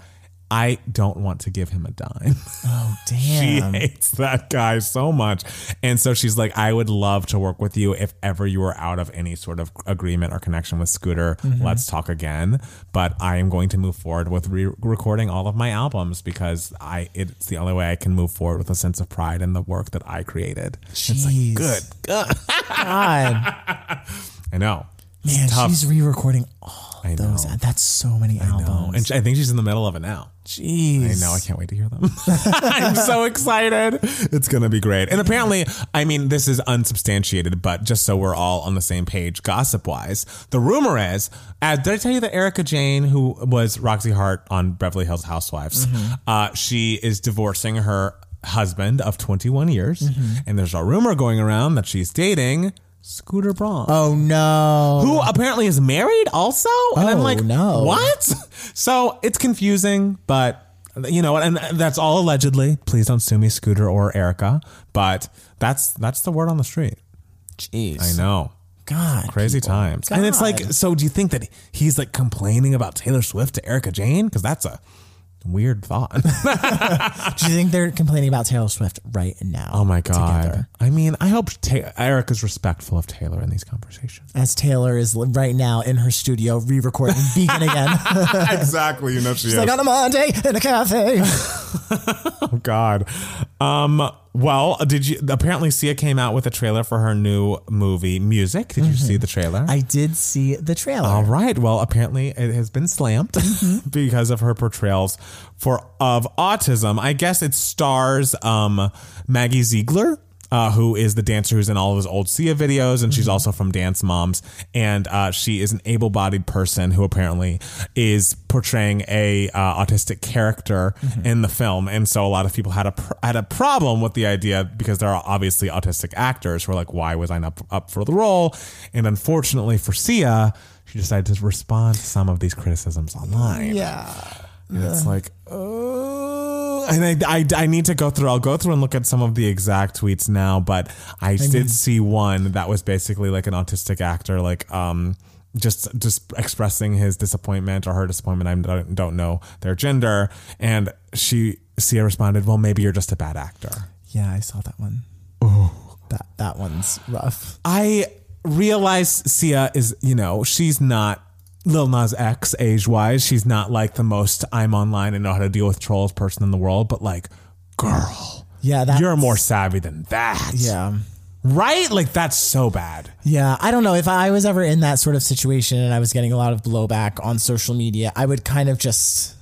S1: I don't want to give him a dime.
S2: Oh, damn.
S1: She hates that guy so much. And so she's like, I would love to work with you if ever you were out of any sort of agreement or connection with Scooter.
S2: Mm-hmm.
S1: Let's talk again. But I am going to move forward with re recording all of my albums because I it's the only way I can move forward with a sense of pride in the work that I created.
S2: It's like,
S1: Good
S2: God.
S1: I know.
S2: Man,
S1: It's tough.
S2: she's re recording all
S1: I
S2: of those.
S1: know.
S2: That's so many
S1: Oh,
S2: albums.
S1: and I think she's in the middle of it now. I
S2: Jeez.
S1: know. I can't wait to hear them. I'm so excited. It's going to be great. And apparently, I mean, this is unsubstantiated, but just so we're all on the same page, gossip wise, the rumor is uh, did I tell you that Erica Jane, who was Roxy Hart on Beverly Hills Housewives,
S2: Mm-hmm.
S1: uh, she is divorcing her husband of 21 years.
S2: Mm-hmm.
S1: And there's a rumor going around that she's dating Scooter Braun
S2: Oh, no.
S1: who apparently is married also. And I'm
S2: Oh,
S1: like,
S2: no.
S1: what? So it's confusing, but you know, and that's all allegedly. Please don't sue me, Scooter or Erica. But that's that's the word on the street.
S2: Jeez.
S1: I know.
S2: God.
S1: Crazy times. And it's like,
S2: God.
S1: so do you think that he's like complaining about Taylor Swift to Erica Jane? Because that's a weird thought.
S2: Do you think they're complaining about Taylor Swift right now?
S1: oh my God.
S2: Together.
S1: I mean, I hope Ta- Erica's respectful of Taylor in these conversations.
S2: As Taylor is li- right now in her studio re recording Vegan again.
S1: exactly. You know, she
S2: She's like on a Monday in a cafe.
S1: Oh God. Um. Well, did you? Apparently, Sia came out with a trailer for her new movie, Music. Did you see the trailer?
S2: I did see the trailer.
S1: All right. Mm-hmm. Well, apparently, it has been slammed because of her portrayals for of autism. I guess it stars um Maggie Ziegler. Uh, who is the dancer who's in all of his old Sia videos, and she's also from Dance Moms. And uh, she is an able bodied person who apparently is portraying a uh, autistic character in the film, and so a lot of people had a pr- had a problem with the idea because there are obviously autistic actors who are like, why was I not up for the role? And unfortunately for Sia, she decided to respond to some of these criticisms online.
S2: Yeah.
S1: And it's like, oh. And I, I, I need to go through, I'll go through and look at some of the exact tweets now, but I, did see one that was basically like an autistic actor, like, um, just just expressing his disappointment or her disappointment. I don't, don't know their gender. And she, Sia responded, well, maybe you're just a bad actor.
S2: Yeah, I saw that one. Oh. That, that one's rough.
S1: I realize Sia is, you know, she's not Lil Nas X age wise. She's not like the most I'm online and know how to deal with trolls person in the world, but like, girl,
S2: Yeah, that
S1: you're more savvy than that.
S2: Yeah.
S1: Right? Like, that's so bad.
S2: Yeah, I don't know. If I was ever in that sort of situation and I was getting a lot of blowback on social media, I would kind of just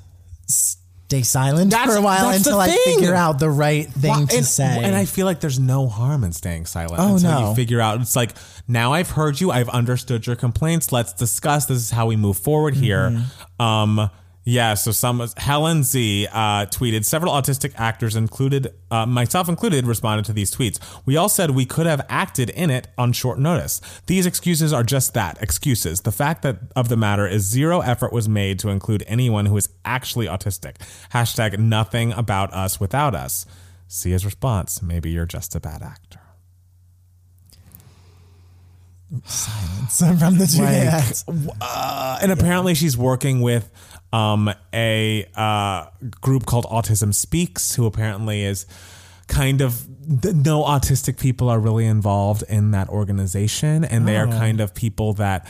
S2: stay silent
S1: That's-
S2: for a while
S1: that's the
S2: until I
S1: thing.
S2: figure out the right thing
S1: Well,
S2: to
S1: and,
S2: say.
S1: And I feel like there's no harm in staying silent
S2: Oh,
S1: until
S2: no.
S1: you figure out. It's like now I've heard you, I've understood your complaints. Let's discuss. This is how we move forward here. Um, yeah. So some Helen Z uh, tweeted several autistic actors, included uh, myself included, responded to these tweets. We all said we could have acted in it on short notice. These excuses are just that excuses. The fact that of the matter is zero effort was made to include anyone who is actually autistic. Hashtag nothing about us without us. See his response. Maybe you're just a bad actor.
S2: So from the two cats.
S1: Uh, and apparently, she's working with um, a uh, group called Autism Speaks, who apparently is kind of th- no autistic people are really involved in that organization, and they are kind of people that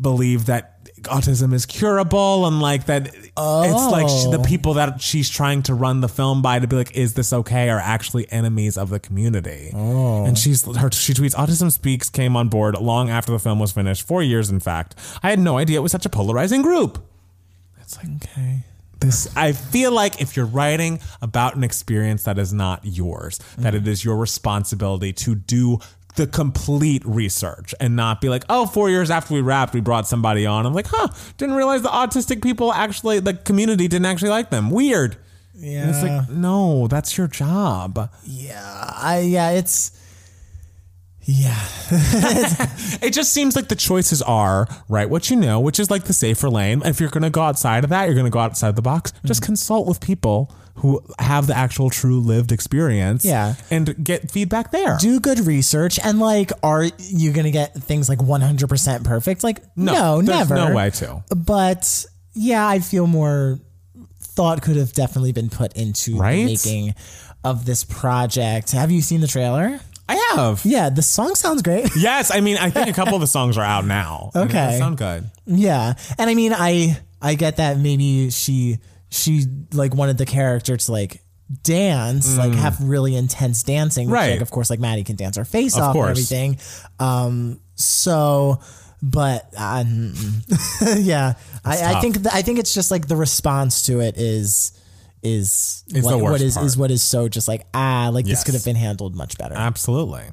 S1: believe that autism is curable and like that it's like she, the people that she's trying to run the film by to be like is this okay are actually enemies of the community and she's her she tweets autism speaks came on board long after the film was finished four years in fact i had no idea it was such a polarizing group it's like
S2: Okay.
S1: this i feel like if you're writing about an experience that is not yours that it is your responsibility to do the complete research and not be like oh four years after we wrapped we brought somebody on i'm like huh didn't realize the autistic people actually the community didn't actually like them weird And it's
S2: Yeah.
S1: like, no, that's your job.
S2: Yeah, I yeah, it's yeah,
S1: It just seems like the choices are right what you know, which is like the safer lane. If you're going to go outside of that, you're going to go outside the box. Just
S2: Mm-hmm.
S1: consult with people who have the actual true lived experience
S2: Yeah.
S1: and get feedback there.
S2: do good research and like, are you gonna get things like one hundred percent perfect? Like, no,
S1: there's
S2: never.
S1: No way to.
S2: But yeah, I feel more thought could have definitely been put into
S1: Right?
S2: the making of this project. Have you seen the trailer?
S1: I have.
S2: Yeah, the song sounds great.
S1: Yes, I mean, I think a couple of the songs are out now. I mean, they
S2: Okay.
S1: sound good.
S2: Yeah, and I mean, I I get that maybe she she like wanted the character to like dance, like have really intense dancing, which,
S1: Mm. Right.
S2: Like of course, like Maddie can dance her face off
S1: course.
S2: and everything. Um, so. But uh, mm, mm. yeah, I, I think th- I think it's just like the response to it is is
S1: It's the
S2: what
S1: worst
S2: is
S1: part.
S2: is what is so just like ah like
S1: Yes.
S2: this could have been handled much better.
S1: Absolutely.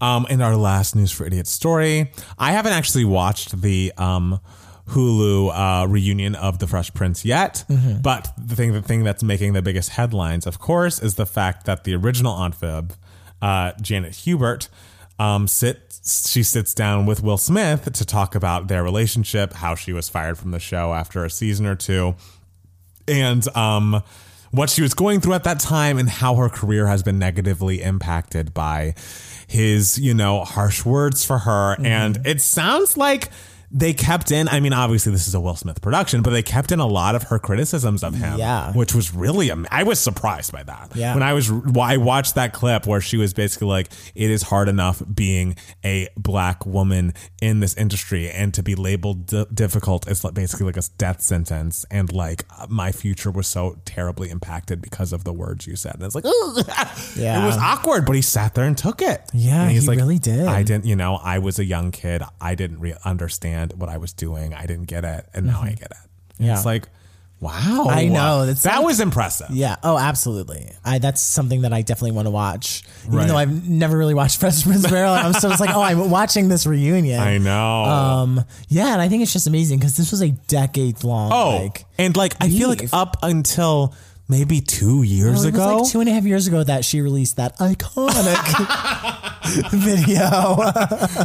S1: Um, in our last news for idiots story, I haven't actually watched the um, Hulu uh, reunion of The Fresh Prince yet. But the thing, the thing that's making the biggest headlines, of course, is the fact that the original Aunt Fib, uh, Janet Hubert, um, sits. She sits down with Will Smith to talk about their relationship, how she was fired from the show after a season or two, and um, what she was going through at that time and how her career has been negatively impacted by his, you know, harsh words for her. And it sounds like they kept in, I mean, obviously this is a Will Smith production, but they kept in a lot of her criticisms of him,
S2: Yeah.
S1: which was really, am- I was surprised by that.
S2: Yeah.
S1: When I was, I watched that clip where she was basically like, it is hard enough being a black woman in this industry and to be labeled d- difficult is like basically like a death sentence. And like, uh, my future was so terribly impacted because of the words you said. And it's like, "Ugh."
S2: Yeah.
S1: it was awkward, but he sat there and took it.
S2: Yeah,
S1: And he's
S2: he really did.
S1: I didn't, you know, I was a young kid. I didn't re- understand what I was doing. I didn't get it. And now I get it. And
S2: Mm-hmm. Yeah.
S1: It's like, wow.
S2: I know. It's
S1: that was impressive.
S2: Yeah. Oh, absolutely. I that's something that I definitely want to watch. Even
S1: Right.
S2: though I've never really watched Fresh Prince of Bel Air, I'm still just like, oh, I'm watching this reunion.
S1: I know.
S2: um, yeah, and I think it's just amazing because this was a decade long.
S1: Oh,
S2: like,
S1: and like I feel like
S2: beef.
S1: up until maybe two years
S2: well, it was
S1: ago,
S2: like two and a half years ago that she released that iconic video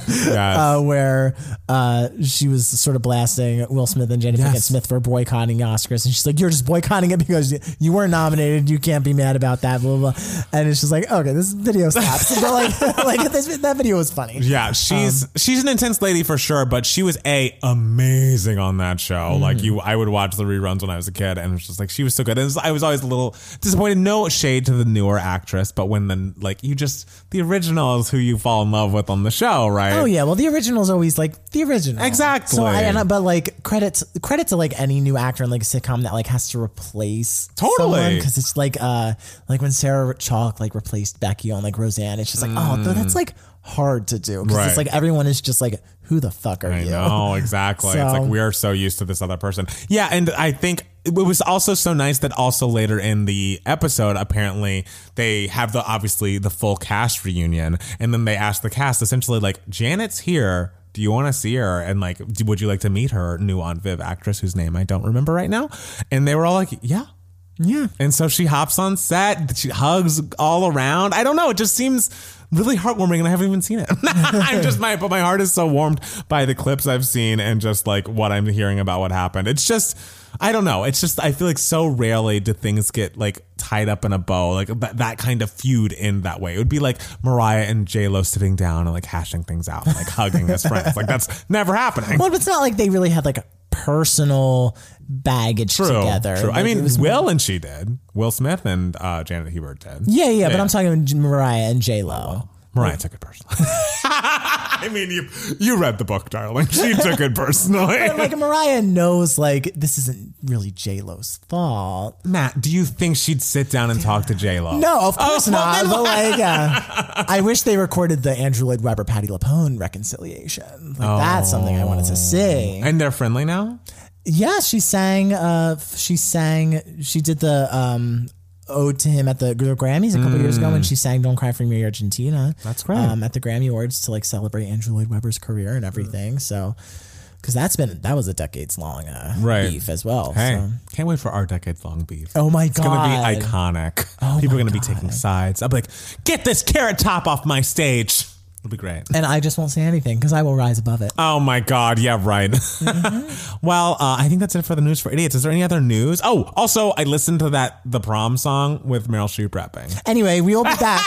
S1: Yes.
S2: uh, where uh, she was sort of blasting Will Smith and Jada Pinkett
S1: Yes.
S2: Smith for boycotting Oscars, and she's like, "You're just boycotting it because you, you weren't nominated. You can't be mad about that." Blah blah. blah. And it's just like, okay, this video stops. but like, like this, that video was funny.
S1: yeah, she's she's an intense lady for sure, but she was a amazing on that show. Like you, I would watch the reruns when I was a kid, and it was just like she was so good. And it's- I was always a little disappointed. No shade to the newer actress, but when then like you just the original is who you fall in love with on the show, right?
S2: Oh yeah, well the original's always like the original.
S1: Exactly.
S2: So I, and I- but like credits credit to like any new actor in like a sitcom that like has to replace
S1: Totally.
S2: because it's like uh like when Sarah Chalk like replaced Becky on like Roseanne, it's just like oh th- that's like hard to do because
S1: Mm. Right.
S2: it's like everyone is just like who the fuck are
S1: I
S2: you?
S1: know exactly. It's
S2: So-
S1: like we are so used to this other person. Yeah, and I think it was also so nice that also later in the episode, apparently they have the obviously the full cast reunion, and then they ask the cast essentially like Janet's here. Do you want to see her? And like, do- would you like to meet her new on Viv actress whose name I don't remember right now? And they were all like, yeah.
S2: Yeah.
S1: And so she hops on set, she hugs all around. I don't know, it just seems really heartwarming and I haven't even seen it. I'm just my but my heart is so warmed by the clips I've seen and just like what I'm hearing about what happened. It's just I don't know. It's just I feel like so rarely do things get like tied up in a bow, like that, that kind of feud in that way. It would be like Mariah and J Lo sitting down and like hashing things out, like hugging as friends. Like that's never happening.
S2: Well, but it's not like they really had like a personal baggage
S1: True,
S2: together.
S1: true. I
S2: Like, it
S1: mean,
S2: was-
S1: Will and she did. Will Smith and uh, Janet Hubert did.
S2: yeah, yeah, but I'm talking about Mariah and J Lo.
S1: Mariah took it personally. I mean, you you read the book, darling. She took it personally.
S2: Like Mariah knows, like this isn't really J Lo's fault.
S1: Matt, do you think she'd sit down and talk to J Lo?
S2: No, of course
S1: Oh, well,
S2: not.
S1: then
S2: But like, uh, I wish they recorded the Andrew Lloyd Webber Patty LaPone reconciliation. Like that's something I
S1: Oh.
S2: wanted to see.
S1: And they're friendly now.
S2: Yeah, she sang. Uh, f- she sang. She did the um, ode to him at the Gr- Grammys a couple years ago, when she sang "Don't Cry for Me, Argentina."
S1: Mm. That's great. Mm.
S2: Um, at the Grammy Awards to like celebrate Andrew Lloyd Webber's career and everything. So. because that's been that was a decades long uh,
S1: Right.
S2: beef as well.
S1: Hey,
S2: so.
S1: can't wait for our decades long beef.
S2: Oh my
S1: It's gonna be
S2: God.
S1: iconic. People are
S2: my
S1: gonna be taking sides. I'll be like, get this carrot top off my stage. It'll be great.
S2: And I just won't say anything because I will rise above it.
S1: Oh my God. Yeah, right. well, uh, I think that's it for the news for idiots. Is there any other news? Oh, also, I listened to that The Prom song with Meryl Streep rapping.
S2: Anyway, we will be back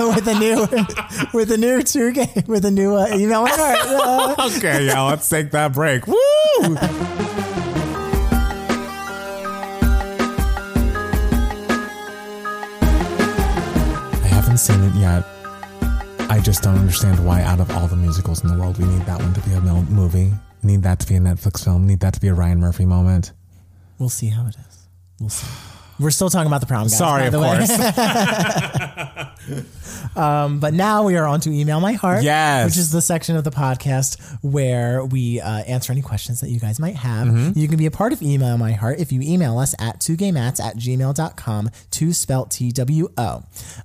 S2: with a new with a new two game with a new uh, email. and art. Uh,
S1: Okay, yeah, let's take that break. Woo! I haven't seen it yet. I just don't understand why, out of all the musicals in the world, we need that one to be a mil- movie. Need that to be a Netflix film. Need that to be a Ryan Murphy moment.
S2: we'll see how it is. We'll see. We're still talking about the prom. Guys,
S1: Sorry,
S2: by
S1: of
S2: the way.
S1: course.
S2: Um, But now we are on to Email My Heart.
S1: Yes.
S2: Which is the section of the podcast where we uh, answer any questions that you guys might have. You can be a part of Email My Heart if you email us at 2gaymats at gmail.com, two spelt T W O.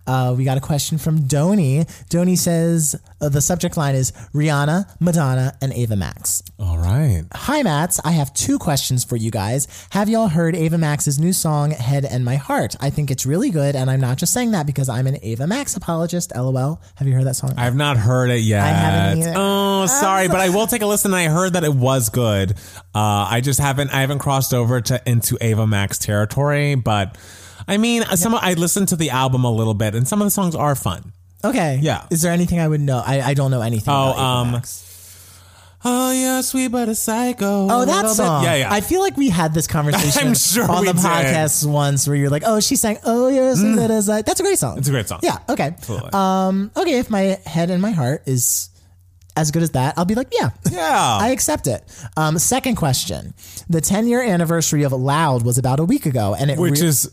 S2: Uh, we got a question from Doni. Doni says uh, the subject line is Rihanna, Madonna, and Ava Max.
S1: all right.
S2: Hi, Mats. I have two questions for you guys. Have y'all heard Ava Max's new song, Head and My Heart? I think it's really good, and I'm not just saying that because I'm an Ava Max apologist, lol. Have you heard that song?
S1: I've not heard it yet.
S2: haven't either.
S1: Oh, sorry, but I will take a listen. I heard that it was good. Uh, I just haven't. I haven't crossed over to into Ava Max territory, but I mean, some. I listened to the album a little bit, and some of the songs are fun.
S2: okay.
S1: Yeah.
S2: Is there anything I would know? I, I don't know anything.
S1: Oh,
S2: about Ava
S1: um,
S2: Max.
S1: Oh, yeah, sweet but a psycho.
S2: Oh, that
S1: Little bit-
S2: song.
S1: Yeah, yeah.
S2: I feel like we had this conversation
S1: I'm sure
S2: on
S1: we
S2: the
S1: did. Mm.
S2: podcast once where you're like, oh, she sang, oh, you're a sweet as I-" That's a great song.
S1: it's a great song.
S2: Yeah. Okay.
S1: Absolutely.
S2: Um, okay. If my head and my heart is as good as that, I'll be like, yeah.
S1: yeah.
S2: I accept it. Um, second question: The 10 year anniversary of Loud was about a week ago, and it
S1: Which
S2: re-
S1: is,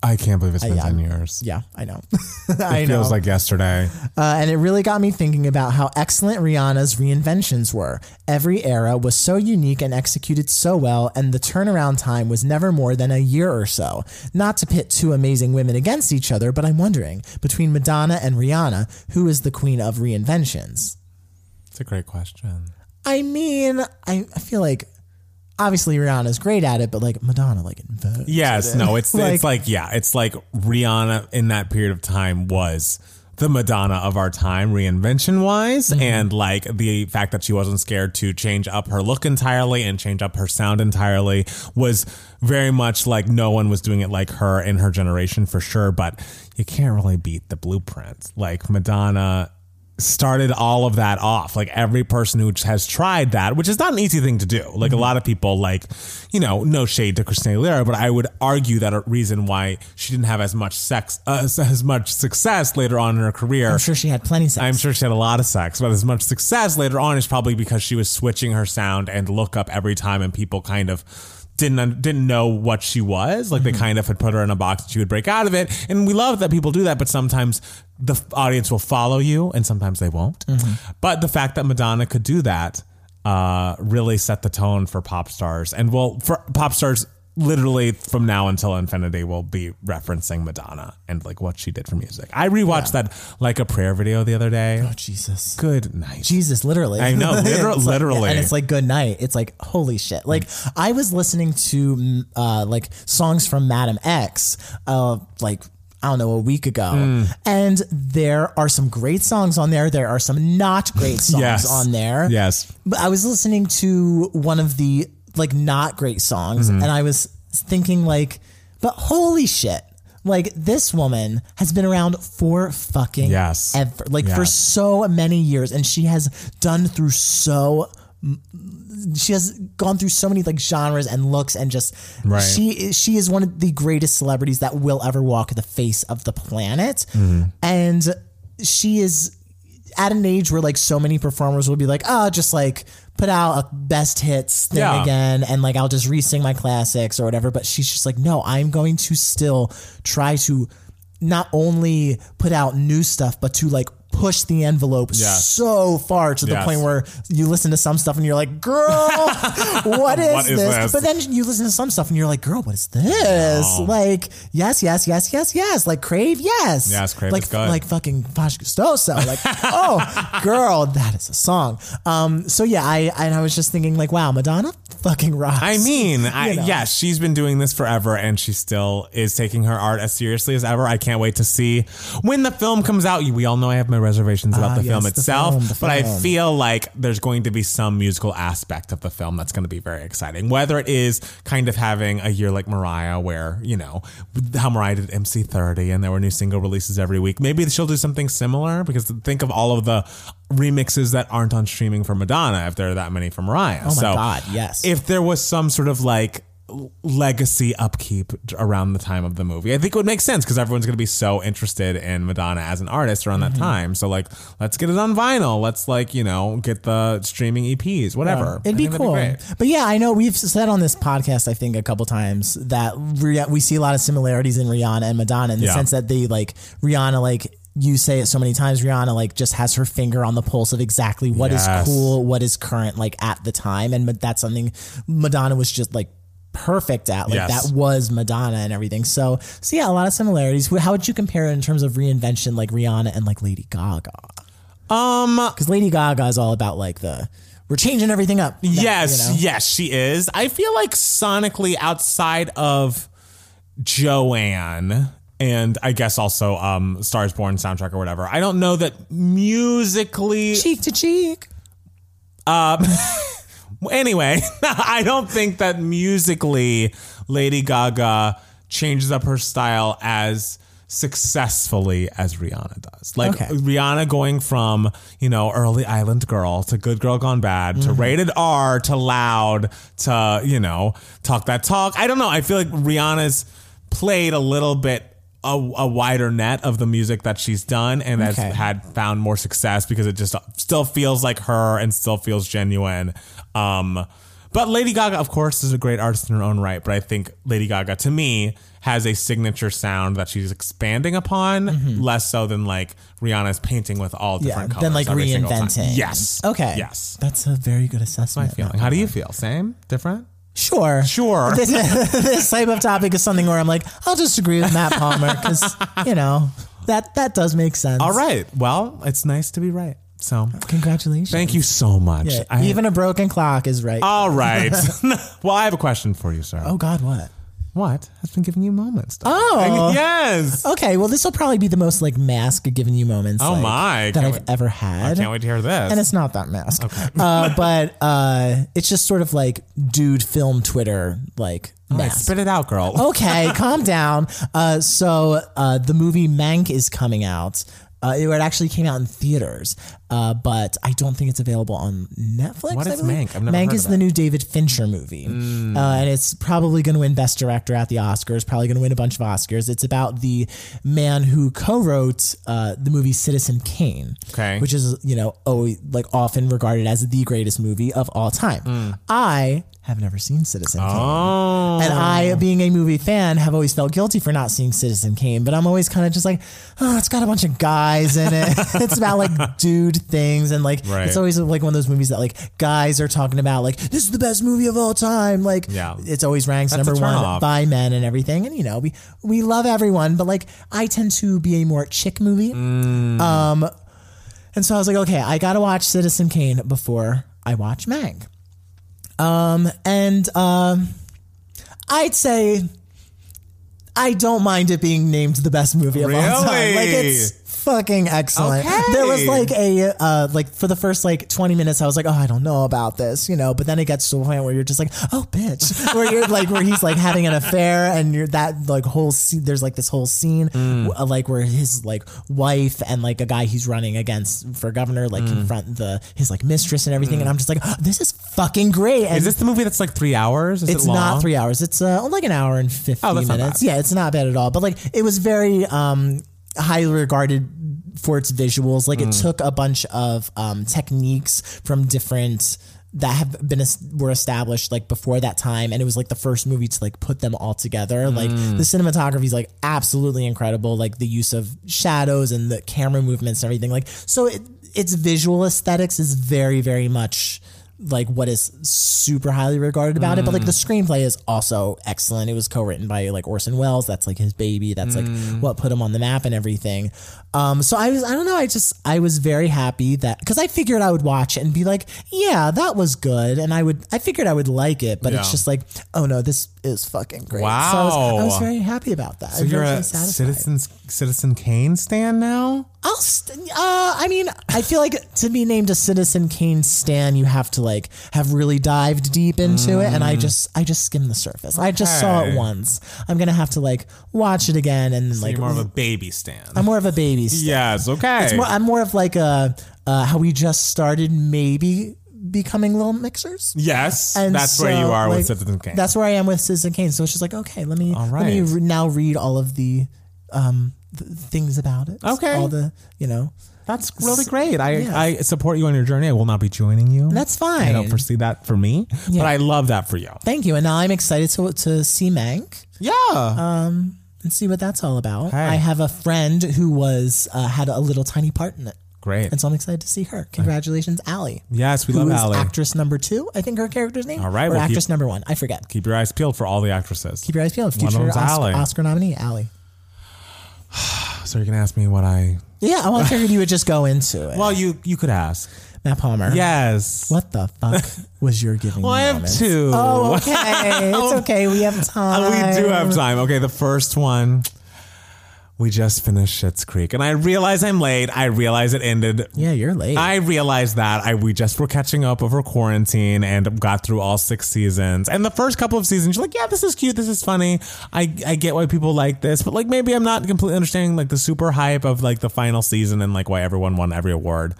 S1: I can't believe it's been
S2: yeah.
S1: ten years.
S2: yeah, I know,
S1: It
S2: I know,
S1: feels like yesterday.
S2: uh, and it really got me thinking about how excellent Rihanna's reinventions were. Every era was so unique and executed so well, and the turnaround time was never more than a year or so. Not to pit two amazing women against each other, but I'm wondering between Madonna and Rihanna, who is the queen of reinventions?
S1: It's a great question.
S2: I mean, I, I feel like obviously Rihanna's great at it, but like Madonna, like invented.
S1: Yes, no, it's
S2: Like-
S1: it's like yeah, it's like Rihanna in that period of time was the Madonna of our time, reinvention wise, and like the fact that she wasn't scared to change up her look entirely and change up her sound entirely was very much like no one was doing it like her in her generation for sure. But you can't really beat the blueprint. Like Madonna started all of that off. Like every person who has tried that, which is not an easy thing to do. Like
S2: Mm-hmm.
S1: a lot of people, like, you know, no shade to Christina Aguilera, but I would argue that a reason why she didn't have as much sex, uh, as- as much success later on in her career.
S2: I'm sure she had plenty of sex.
S1: I'm sure she had a lot of sex, but as much success later on is probably because she was switching her sound and look up every time, and people kind of didn't didn't know what she was. Like they kind of had put her in a box, and she would break out of it. And we love that people do that, but sometimes the f- audience will follow you, and sometimes they won't. But the fact that Madonna could do that uh, really set the tone for pop stars, and well, for pop stars. Literally from now until infinity, will be referencing Madonna and like what she did for music. I rewatched that like a prayer video the other day.
S2: oh Jesus.
S1: Good night.
S2: Jesus, literally.
S1: I know, liter-
S2: It's like-
S1: literally.
S2: and it's like good night. It's like holy shit. Like I was listening to mm, uh, like songs from Madam X, uh, like I don't know, a week ago,
S1: Mm.
S2: and there are some great songs on there. There are some not great songs
S1: Yes.
S2: on there.
S1: Yes.
S2: But I was listening to one of the like not great songs,
S1: Mm-hmm.
S2: and I was thinking like, but holy shit. Like this woman has been around for fucking
S1: Yes.
S2: ever, like for
S1: Yes.
S2: so many years, and she has done through so. She has gone through so many like genres and looks, and just
S1: Right.
S2: she is- she is one of the greatest celebrities that will ever walk the face of the planet,
S1: Mm-hmm.
S2: and she is at an age where like so many performers will be like, oh, just like put out a best hits thing
S1: Yeah.
S2: again and like I'll just re-sing my classics or whatever. But she's just like, no, I'm going to still try to not only put out new stuff, but to like push the envelope
S1: Yes.
S2: so far to the
S1: Yes.
S2: point where you listen to some stuff and you're like, girl, what is,
S1: What is
S2: this?
S1: this?
S2: But then you listen to some stuff and you're like, girl, what is this? Like, yes, yes, yes, yes, yes. Like Crave, yes.
S1: Yes, Crave
S2: like,
S1: is good.
S2: Like fucking Posh Gustoso. Like, oh, girl, that is a song. Um, so yeah, I and I was just thinking like, wow, Madonna fucking rocks.
S1: I mean, I,
S2: know.
S1: yes, she's been doing this forever and she still is taking her art as seriously as ever. I can't wait to see when the film comes out. We all know I have my reservations about
S2: Ah,
S1: the
S2: yes,
S1: film
S2: the
S1: itself,
S2: film, the
S1: but I
S2: film.
S1: feel like there's going to be some musical aspect of the film that's going to be very exciting. Whether it is kind of having a year like Mariah, where, you know, how Mariah did MC30 and there were new single releases every week, maybe she'll do something similar because think of all of the remixes that aren't on streaming for Madonna if there are that many for Mariah.
S2: Oh my
S1: so
S2: God, yes.
S1: if there was some sort of like l- legacy upkeep d- around the time of the movie, I think it would make sense because everyone's going to be so interested in Madonna as an artist around
S2: Mm-hmm.
S1: that time. So like, let's get it on vinyl. Let's like you know get the streaming EPs, whatever. I
S2: It'd be
S1: think that'd
S2: cool.
S1: great.
S2: but yeah, I know we've said on this podcast, I think a couple times that Rih- we see a lot of similarities in Rihanna and Madonna in the
S1: Yeah.
S2: sense that they like Rihanna, like you say it so many times, Rihanna like just has her finger on the pulse of exactly what is
S1: Yes.
S2: cool, what is current, like at the time. And ma- that's something Madonna was just like perfect at. Like
S1: Yes.
S2: that was Madonna and everything. So, so yeah, a lot of similarities. Wh- How would you compare it in terms of reinvention, like Rihanna and like Lady Gaga? Um, because Lady Gaga is all about like the we're changing everything up. that,
S1: Yes,
S2: you know?
S1: yes, she is. I feel like sonically outside of Joanne and I guess also um Stars Born soundtrack or whatever. I don't know that musically
S2: cheek to cheek.
S1: Anyway, I don't think that musically Lady Gaga changes up her style as successfully as Rihanna does. Like
S2: Okay.
S1: Rihanna going from, you know, early Island Girl to Good Girl Gone Bad
S2: Mm-hmm.
S1: to Rated R to Loud to, you know, Talk That Talk. I don't know. I feel like Rihanna's played a little bit a, a wider net of the music that she's done and has
S2: Okay.
S1: had found more success because it just still feels like her and still feels genuine. Um, but Lady Gaga, of course, is a great artist in her own right. But I think Lady Gaga, to me, has a signature sound that she's expanding upon,
S2: Mm-hmm.
S1: less so than like Rihanna's painting with all different colors.
S2: then like
S1: every single time.
S2: reinventing.
S1: Yes.
S2: Okay.
S1: Yes.
S2: That's a very good assessment.
S1: Feeling. How do you feel? Same? Different?
S2: Sure.
S1: Sure.
S2: This, this type of topic is something where I'm like, I'll just agree with Matt Palmer because you know that that does make sense.
S1: all right. Well, it's nice to be right. So
S2: Congratulations.
S1: thank you so much.
S2: Yeah,
S1: I-
S2: Even a broken clock is right.
S1: all right. well, I have a question for you, sir.
S2: oh God, what?
S1: What has been giving you moments?
S2: Oh.
S1: yes.
S2: Okay, well, this will probably be the most like mask giving you moments.
S1: Oh
S2: like,
S1: my,
S2: that
S1: can't
S2: I've
S1: wait-
S2: ever had.
S1: Can't wait to hear this.
S2: and it's not that mask. Uh, but uh, it's just sort of like dude film Twitter like
S1: All right,
S2: mask.
S1: spit it out, girl.
S2: okay, calm down. Uh, so uh, the movie Mank is coming out. Uh, it it actually came out in theaters, uh, but I don't think it's available on Netflix.
S1: What
S2: I
S1: is
S2: believe.
S1: Mank? I've never
S2: Mank
S1: heard
S2: is
S1: of Hmm.
S2: the new David Fincher movie, uh, and it's probably going to win Best Director at the Oscars. Probably going to win a bunch of Oscars. It's about the man who co-wrote uh, the movie Citizen Kane,
S1: Okay.
S2: which is you know always, like often regarded as the greatest movie of all time. I have never seen Citizen Kane.
S1: Hmm. Oh.
S2: And I, being a movie fan, have always felt guilty for not seeing Citizen Kane, but I'm always kind of just like, oh, it's got a bunch of guys in it. it's about like dude things. And like,
S1: Right.
S2: it's always like one of those movies that like guys are talking about, like, this is the best movie of all time. Like,
S1: Yeah.
S2: it's always ranks
S1: a
S2: number one
S1: turnoff.
S2: by men and everything. And, you know, we, we love everyone, but like, I tend to be a more chick movie.
S1: Mm.
S2: Um, and so I was like, okay, I gotta watch Citizen Kane before I watch Mank. Um, and um, I'd say I don't mind it being named the best movie of all time.
S1: Really?
S2: Like it's fucking excellent.
S1: Okay.
S2: There was like a uh, like for the first like twenty minutes, I was like, oh, I don't know about this, you know. But then it gets to a point where you're just like, oh, bitch, where you're like where he's like having an affair, and you're that like whole scene. There's like this whole scene
S1: Mm.
S2: w- uh, like where his like wife and like a guy he's running against for governor like
S1: Mm.
S2: confront the his like mistress and everything, and I'm just like, oh, this is fucking great. And
S1: is this the movie that's like three hours? Is
S2: it's
S1: it long?
S2: not three hours. It's uh, like an hour and fifty
S1: Oh, that's not
S2: minutes. Yeah, it's not bad at all. But like, it was very um, highly regarded
S1: Mm.
S2: for its visuals. Like, it took a bunch of um, techniques from different that have been es- were established like before that time and it was like the first movie to like put them all together like
S1: Mm.
S2: the cinematography is like absolutely incredible like the use of shadows and the camera movements and everything like so it, its visual aesthetics is very very much like what is super highly regarded about it but like the
S1: Mm.
S2: screenplay is also excellent it was co-written by like Orson Welles that's like his baby that's
S1: Mm.
S2: like what put him on the map and everything um so I was I don't know I just I was very happy that cuz I figured I would watch it and be like yeah that was good and I would I figured I would like it but
S1: Yeah.
S2: it's just like oh no this is fucking great so I was, I was
S1: Wow.
S2: very happy about that
S1: So
S2: I
S1: you're
S2: was
S1: a
S2: really satisfied.
S1: citizen Citizen Kane stand now.
S2: I'll. St- uh, I mean, I feel like to be named a Citizen Kane stan, you have to like have really dived deep into it, and I
S1: Mm.
S2: just, I just skimmed the surface. I just saw
S1: Okay.
S2: it once. I'm gonna have to like watch it again and like.
S1: You're more of a baby stand.
S2: I'm more of a baby. Stan.
S1: yes. Okay.
S2: It's more- I'm more of like a uh, how we just started, maybe becoming little mixers.
S1: yes.
S2: And
S1: that's where you
S2: so,
S1: are
S2: like,
S1: with Citizen Kane.
S2: That's where I am with Citizen Kane. So it's just like, okay, let me
S1: All
S2: let me
S1: right.
S2: re- now read all of the um th- things about it.
S1: Okay.
S2: all the you know.
S1: That's really great. I,
S2: yeah.
S1: I support you on your journey. I will not be joining you.
S2: That's fine.
S1: I don't foresee that for me,
S2: Yeah.
S1: but I love that for you.
S2: Thank you. And now I'm excited to, to see Mank
S1: Yeah.
S2: Uh, and see what that's all about.
S1: Hey.
S2: I have a friend who was uh, had a little tiny part in it.
S1: great.
S2: And so I'm excited to see her. Congratulations, Allie.
S1: Yes, we
S2: who
S1: love
S2: is
S1: Allie.
S2: actress number two, I think her character's name.
S1: All right,
S2: Or
S1: well, keep-
S2: actress number one. I forget.
S1: Keep your eyes peeled for all the actresses.
S2: Keep your eyes peeled.
S1: One of
S2: Future
S1: them's
S2: Oscar,
S1: Allie.
S2: Oscar nominee, Allie.
S1: so you can ask me what I.
S2: Yeah, well, I figured you would just go into it.
S1: Well, you you could ask.
S2: Matt Palmer.
S1: Yes.
S2: What the fuck was your giving
S1: Well, I
S2: me
S1: have
S2: moment?
S1: two.
S2: Oh, okay. it's okay. We have time.
S1: Uh, We do have time. Okay, the first one. We just finished Shit's Creek, and I realize I'm late. I realize it ended.
S2: Yeah, you're late.
S1: I realize that I we just were catching up over quarantine and got through all six seasons. And the first couple of seasons, you're like, yeah, this is cute, this is funny. I I get why people like this, but like maybe I'm not completely understanding like the super hype of like the final season and like why everyone won every award.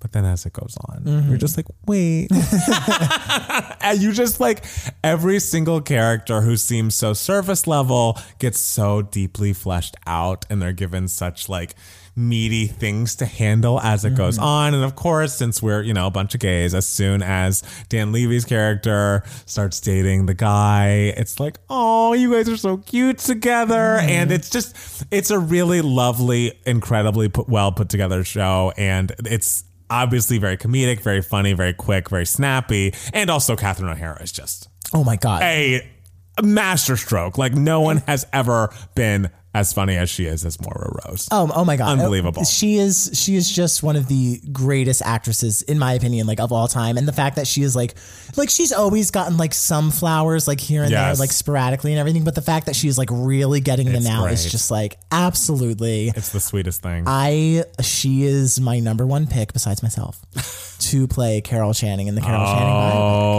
S1: But then as it goes on,
S2: Mm-hmm.
S1: you're just like, wait. and you just like every single character who seems so surface level gets so deeply fleshed out and they're given such like meaty things to handle as it goes on and of course since we're you know a bunch of gays as soon as dan levy's character starts dating the guy it's like oh you guys are so cute together and it's just it's a really lovely incredibly put, well put together show and it's obviously very comedic, very funny, very quick, very snappy, and also Catherine O'Hara is just
S2: oh my god.
S1: a masterstroke. Like no one has ever been as funny as she is as Moira Rose.
S2: Oh, oh my god!
S1: Unbelievable.
S2: She is she is just one of the greatest actresses in my opinion, like of all time. And the fact that she is like, like she's always gotten like some flowers like here and
S1: Yes.
S2: there, like sporadically and everything. But the fact that she's like really getting them
S1: It's
S2: now is
S1: great.
S2: just like absolutely.
S1: It's the sweetest thing.
S2: I she is my number one pick besides myself to play Carol Channing in the Carol Channing biopic.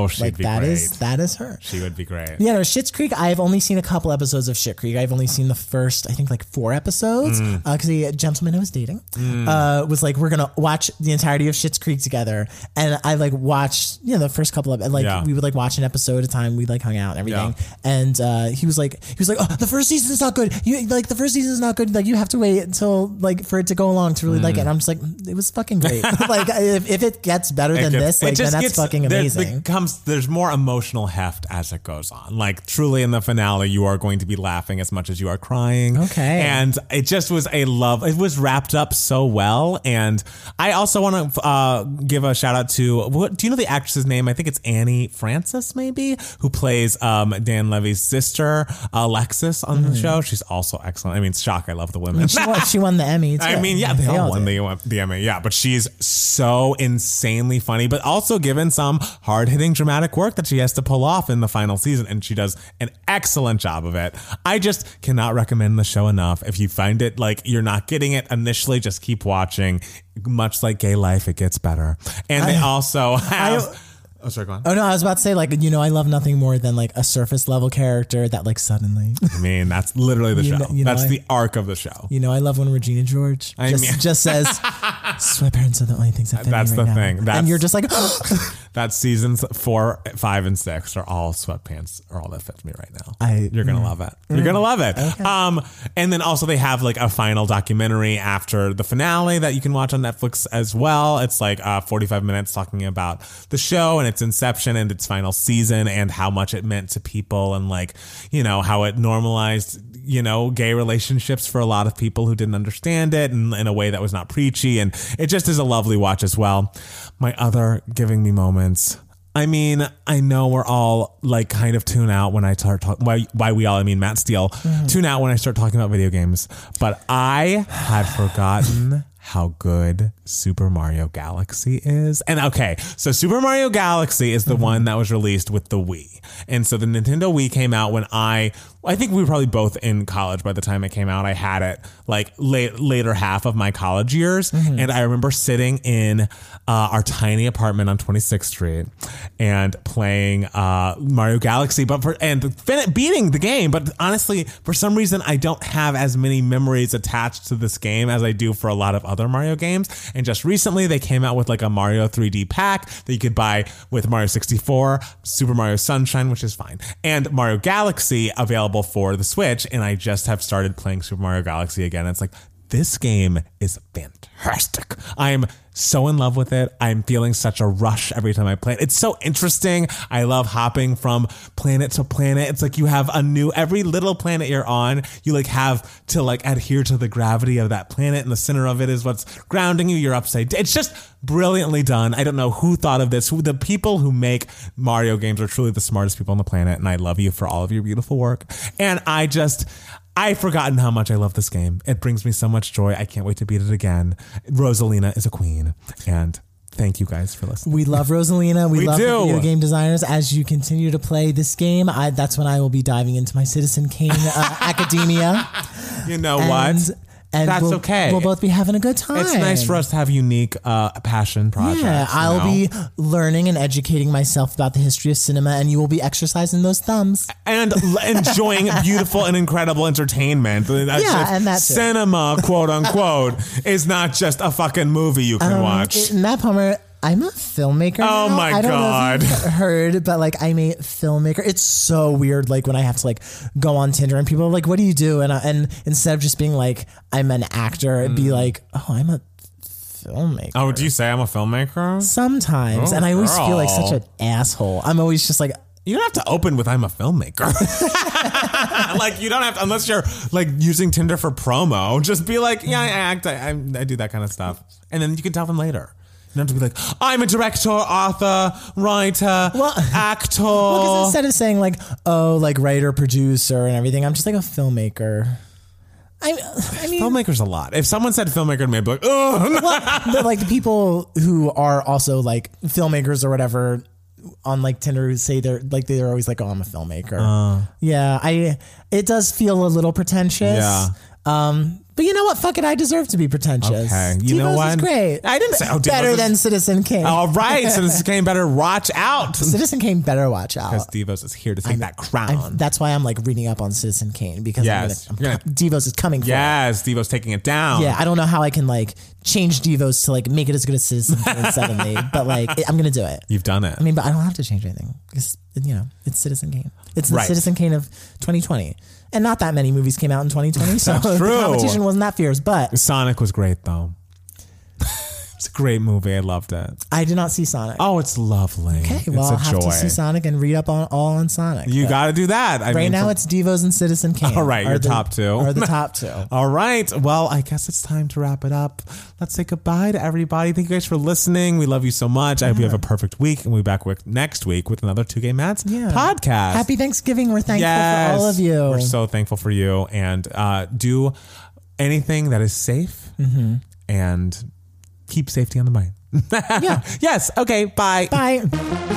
S1: oh, she'd
S2: Like
S1: be
S2: that
S1: great.
S2: is that is her.
S1: she would be great.
S2: Yeah, no, Shit's Creek. I've only seen a couple episodes of Shit Creek. I've only seen the first, I think, like four episodes
S1: Mm.
S2: because the gentleman I was dating uh, was like, "We're gonna watch the entirety of Shit's Creek together." And I like watched, you know, the first couple of and, like
S1: Yeah.
S2: we would like watch an episode at a time. We like hung out and everything. And uh, he was like, he was like, "Oh, the first season is not good. You like the first season is not good. Like you have to wait until like for it to go along to really like it."
S1: Mm.
S2: And I'm just like, "Mm, "It was fucking great. like if, if it gets better than
S1: gets-
S2: this, like then that's fucking
S1: there-
S2: amazing."
S1: There, comes, there's more emotional heft as it goes on. Like truly in the finale, you are going to be laughing as much as you are crying.
S2: Okay.
S1: And it just was a love. It was wrapped up so well. And I also want to uh, give a shout out to what do you know the actress's name? I think it's Annie Francis, maybe, who plays um, Dan Levy's sister, Alexis, on
S2: Mm-hmm.
S1: the show. She's also excellent. I mean, shock. I love the women.
S2: she, won, she won the Emmy.
S1: I
S2: too.
S1: mean, yeah, they, all
S2: did.
S1: won the, the Emmy. Yeah, but she's so insanely funny, but also given some hard hitting dramatic work that she has to pull off in the final season, and she does an excellent job of it. I just cannot recommend the show enough. If you find it like you're not getting it initially, just keep watching. Much like gay life, it gets better. And they also have. oh, sorry, go on.
S2: Oh no, I was about to say like you know I love nothing more than like a surface level character that like suddenly
S1: I mean, that's literally the show.
S2: kn- you know,
S1: that's
S2: I-
S1: the arc of the show.
S2: you know I love when Regina George just,
S1: mean-
S2: just says sweatpants are the only things that fit
S1: That's
S2: me
S1: the
S2: right now.
S1: thing. That's-
S2: and you're just like
S1: That's seasons four, five, and six are all sweatpants are all that fits me right now.
S2: I-
S1: You're gonna love it. You're gonna love it. Um, and then also they have like a final documentary after the finale that you can watch on Netflix as well. It's like uh, 45 minutes talking about the show and its inception and its final season and how much it meant to people and like you know how it normalized you know gay relationships for a lot of people who didn't understand it and in a way that was not preachy and it just is a lovely watch as well. My other giving me moments. I mean, I know we're all like kind of tune out when I start talking. Why, why we all? I mean, Matt Steele tune out when I start talking about video games. But I had forgotten how good Super Mario Galaxy is. And okay, so Super Mario Galaxy is the one that was released with the Wii, and so the Nintendo Wii came out when I. I think we were probably both in college by the time it came out. I had it like late, later half of my college years. And I remember sitting in uh, our tiny apartment on 26th Street and playing uh, Mario Galaxy, but for, and fin- beating the game. But honestly, for some reason, I don't have as many memories attached to this game as I do for a lot of other Mario games. And just recently, they came out with like a Mario 3D pack that you could buy with Mario 64, Super Mario Sunshine, which is fine, and Mario Galaxy available for the Switch. And I just have started playing Super Mario Galaxy again. It's like, this game is fantastic. I'm so in love with it. I'm feeling such a rush every time I play it. It's so interesting. I love hopping from planet to planet. It's like you have a new every little planet you're on, you like have to like adhere to the gravity of that planet and the center of it is what's grounding you. You're upside down. It's just brilliantly done. I don't know who thought of this. Who the people who make Mario games are truly the smartest people on the planet and I love you for all of your beautiful work. And I just I've forgotten how much I love this game. It brings me so much joy. I can't wait to beat it again. Rosalina is a queen. And thank you guys for listening.
S2: We love Rosalina. We,
S1: We
S2: love the
S1: do.
S2: video game designers. As you continue to play this game, I, that's when I will be diving into my Citizen Kane uh, academia.
S1: You know
S2: And,
S1: what?
S2: and
S1: That's
S2: we'll,
S1: okay.
S2: We'll both be having a good time.
S1: It's nice for us to have unique uh, passion projects.
S2: Yeah,
S1: you
S2: I'll
S1: know?
S2: be learning and educating myself about the history of cinema, and you will be exercising those thumbs.
S1: and l- enjoying beautiful and incredible entertainment. That's
S2: Yeah,
S1: just-
S2: and that's it.
S1: cinema, quote unquote, is not just a fucking movie you
S2: Um,
S1: can watch.
S2: Matt Palmer, I'm a filmmaker.
S1: Oh
S2: now.
S1: my
S2: I don't Know if
S1: God.
S2: you've heard, but like I'm a filmmaker. It's so weird. Like when I have to like go on Tinder and people are like, "What do you do?" and I, and instead of just being like, "I'm an actor," it'd be like, "Oh, I'm a
S1: Mm.
S2: filmmaker."
S1: oh, do you say I'm a filmmaker?
S2: Sometimes, and I always feel like
S1: girl.
S2: such an asshole. I'm always just like,
S1: You don't have to open with "I'm a filmmaker." like you don't have to, unless you're like using Tinder for promo. Just be like, "Yeah, I act. I, I, I do that kind of stuff," and then you can tell them later. You don't have to be like, "I'm a director, author, writer,
S2: Well-
S1: actor."
S2: Because instead of saying like, oh, like writer, producer, and everything, I'm just like a filmmaker. I, I mean,
S1: filmmakers a lot. If someone said filmmaker to me, I'd be like, "Oh,
S2: but like the people who are also like filmmakers or whatever on like Tinder who say they're like they're always like, oh, I'm a filmmaker.
S1: Uh.
S2: yeah, I it does feel a little pretentious.
S1: Yeah.
S2: Um, but you know what? Fuck it, I deserve to be pretentious.
S1: Okay, you know
S2: Devo's
S1: what?
S2: Is great.
S1: I didn't say- oh, Devo's
S2: better
S1: is- Oh.
S2: than Citizen Kane.
S1: all right." So this game better watch out.
S2: Citizen Kane better watch out.
S1: Because Devos is here to take that crown.
S2: That's why I'm like reading up on Citizen Kane because
S1: Yes.
S2: I'm
S1: You're
S2: gonna,
S1: gonna-
S2: I'm, Devos is coming. for it.
S1: yes, Devos taking it down.
S2: Yeah, I don't know how I can like change Devos to like make it as good as Citizen Kane suddenly, but like it, I'm gonna do it.
S1: You've done it.
S2: I mean, but I don't have to change anything because you know it's Citizen Kane. It's the
S1: Right.
S2: Citizen Kane of 2020, and not that many movies came out in 2020, so
S1: That's
S2: the
S1: true.
S2: competition wasn't that fierce. But
S1: Sonic was great though. it's a great movie. I loved it.
S2: I did not see Sonic.
S1: Oh, it's lovely.
S2: okay, well I'll
S1: it's a
S2: have
S1: joy.
S2: to see Sonic and read up on all on Sonic.
S1: you got to do that. I
S2: right
S1: mean,
S2: now,
S1: for-
S2: it's Devos and Citizen Kane.
S1: All right,
S2: are
S1: your
S2: the-
S1: top two.
S2: are the top two.
S1: All right. Well, I guess it's time to wrap it up. Let's say goodbye to everybody. Thank you guys for listening. We love you so much. I hope you have a perfect week, and we'll be back with, next week with another Two Gay Mats
S2: Yeah.
S1: podcast.
S2: Happy Thanksgiving. We're thankful for all of you.
S1: We're so thankful for you. And uh, do anything that is safe
S2: Mm-hmm.
S1: and keep safety on the mind.
S2: Yeah.
S1: yes. Okay. Bye.
S2: Bye.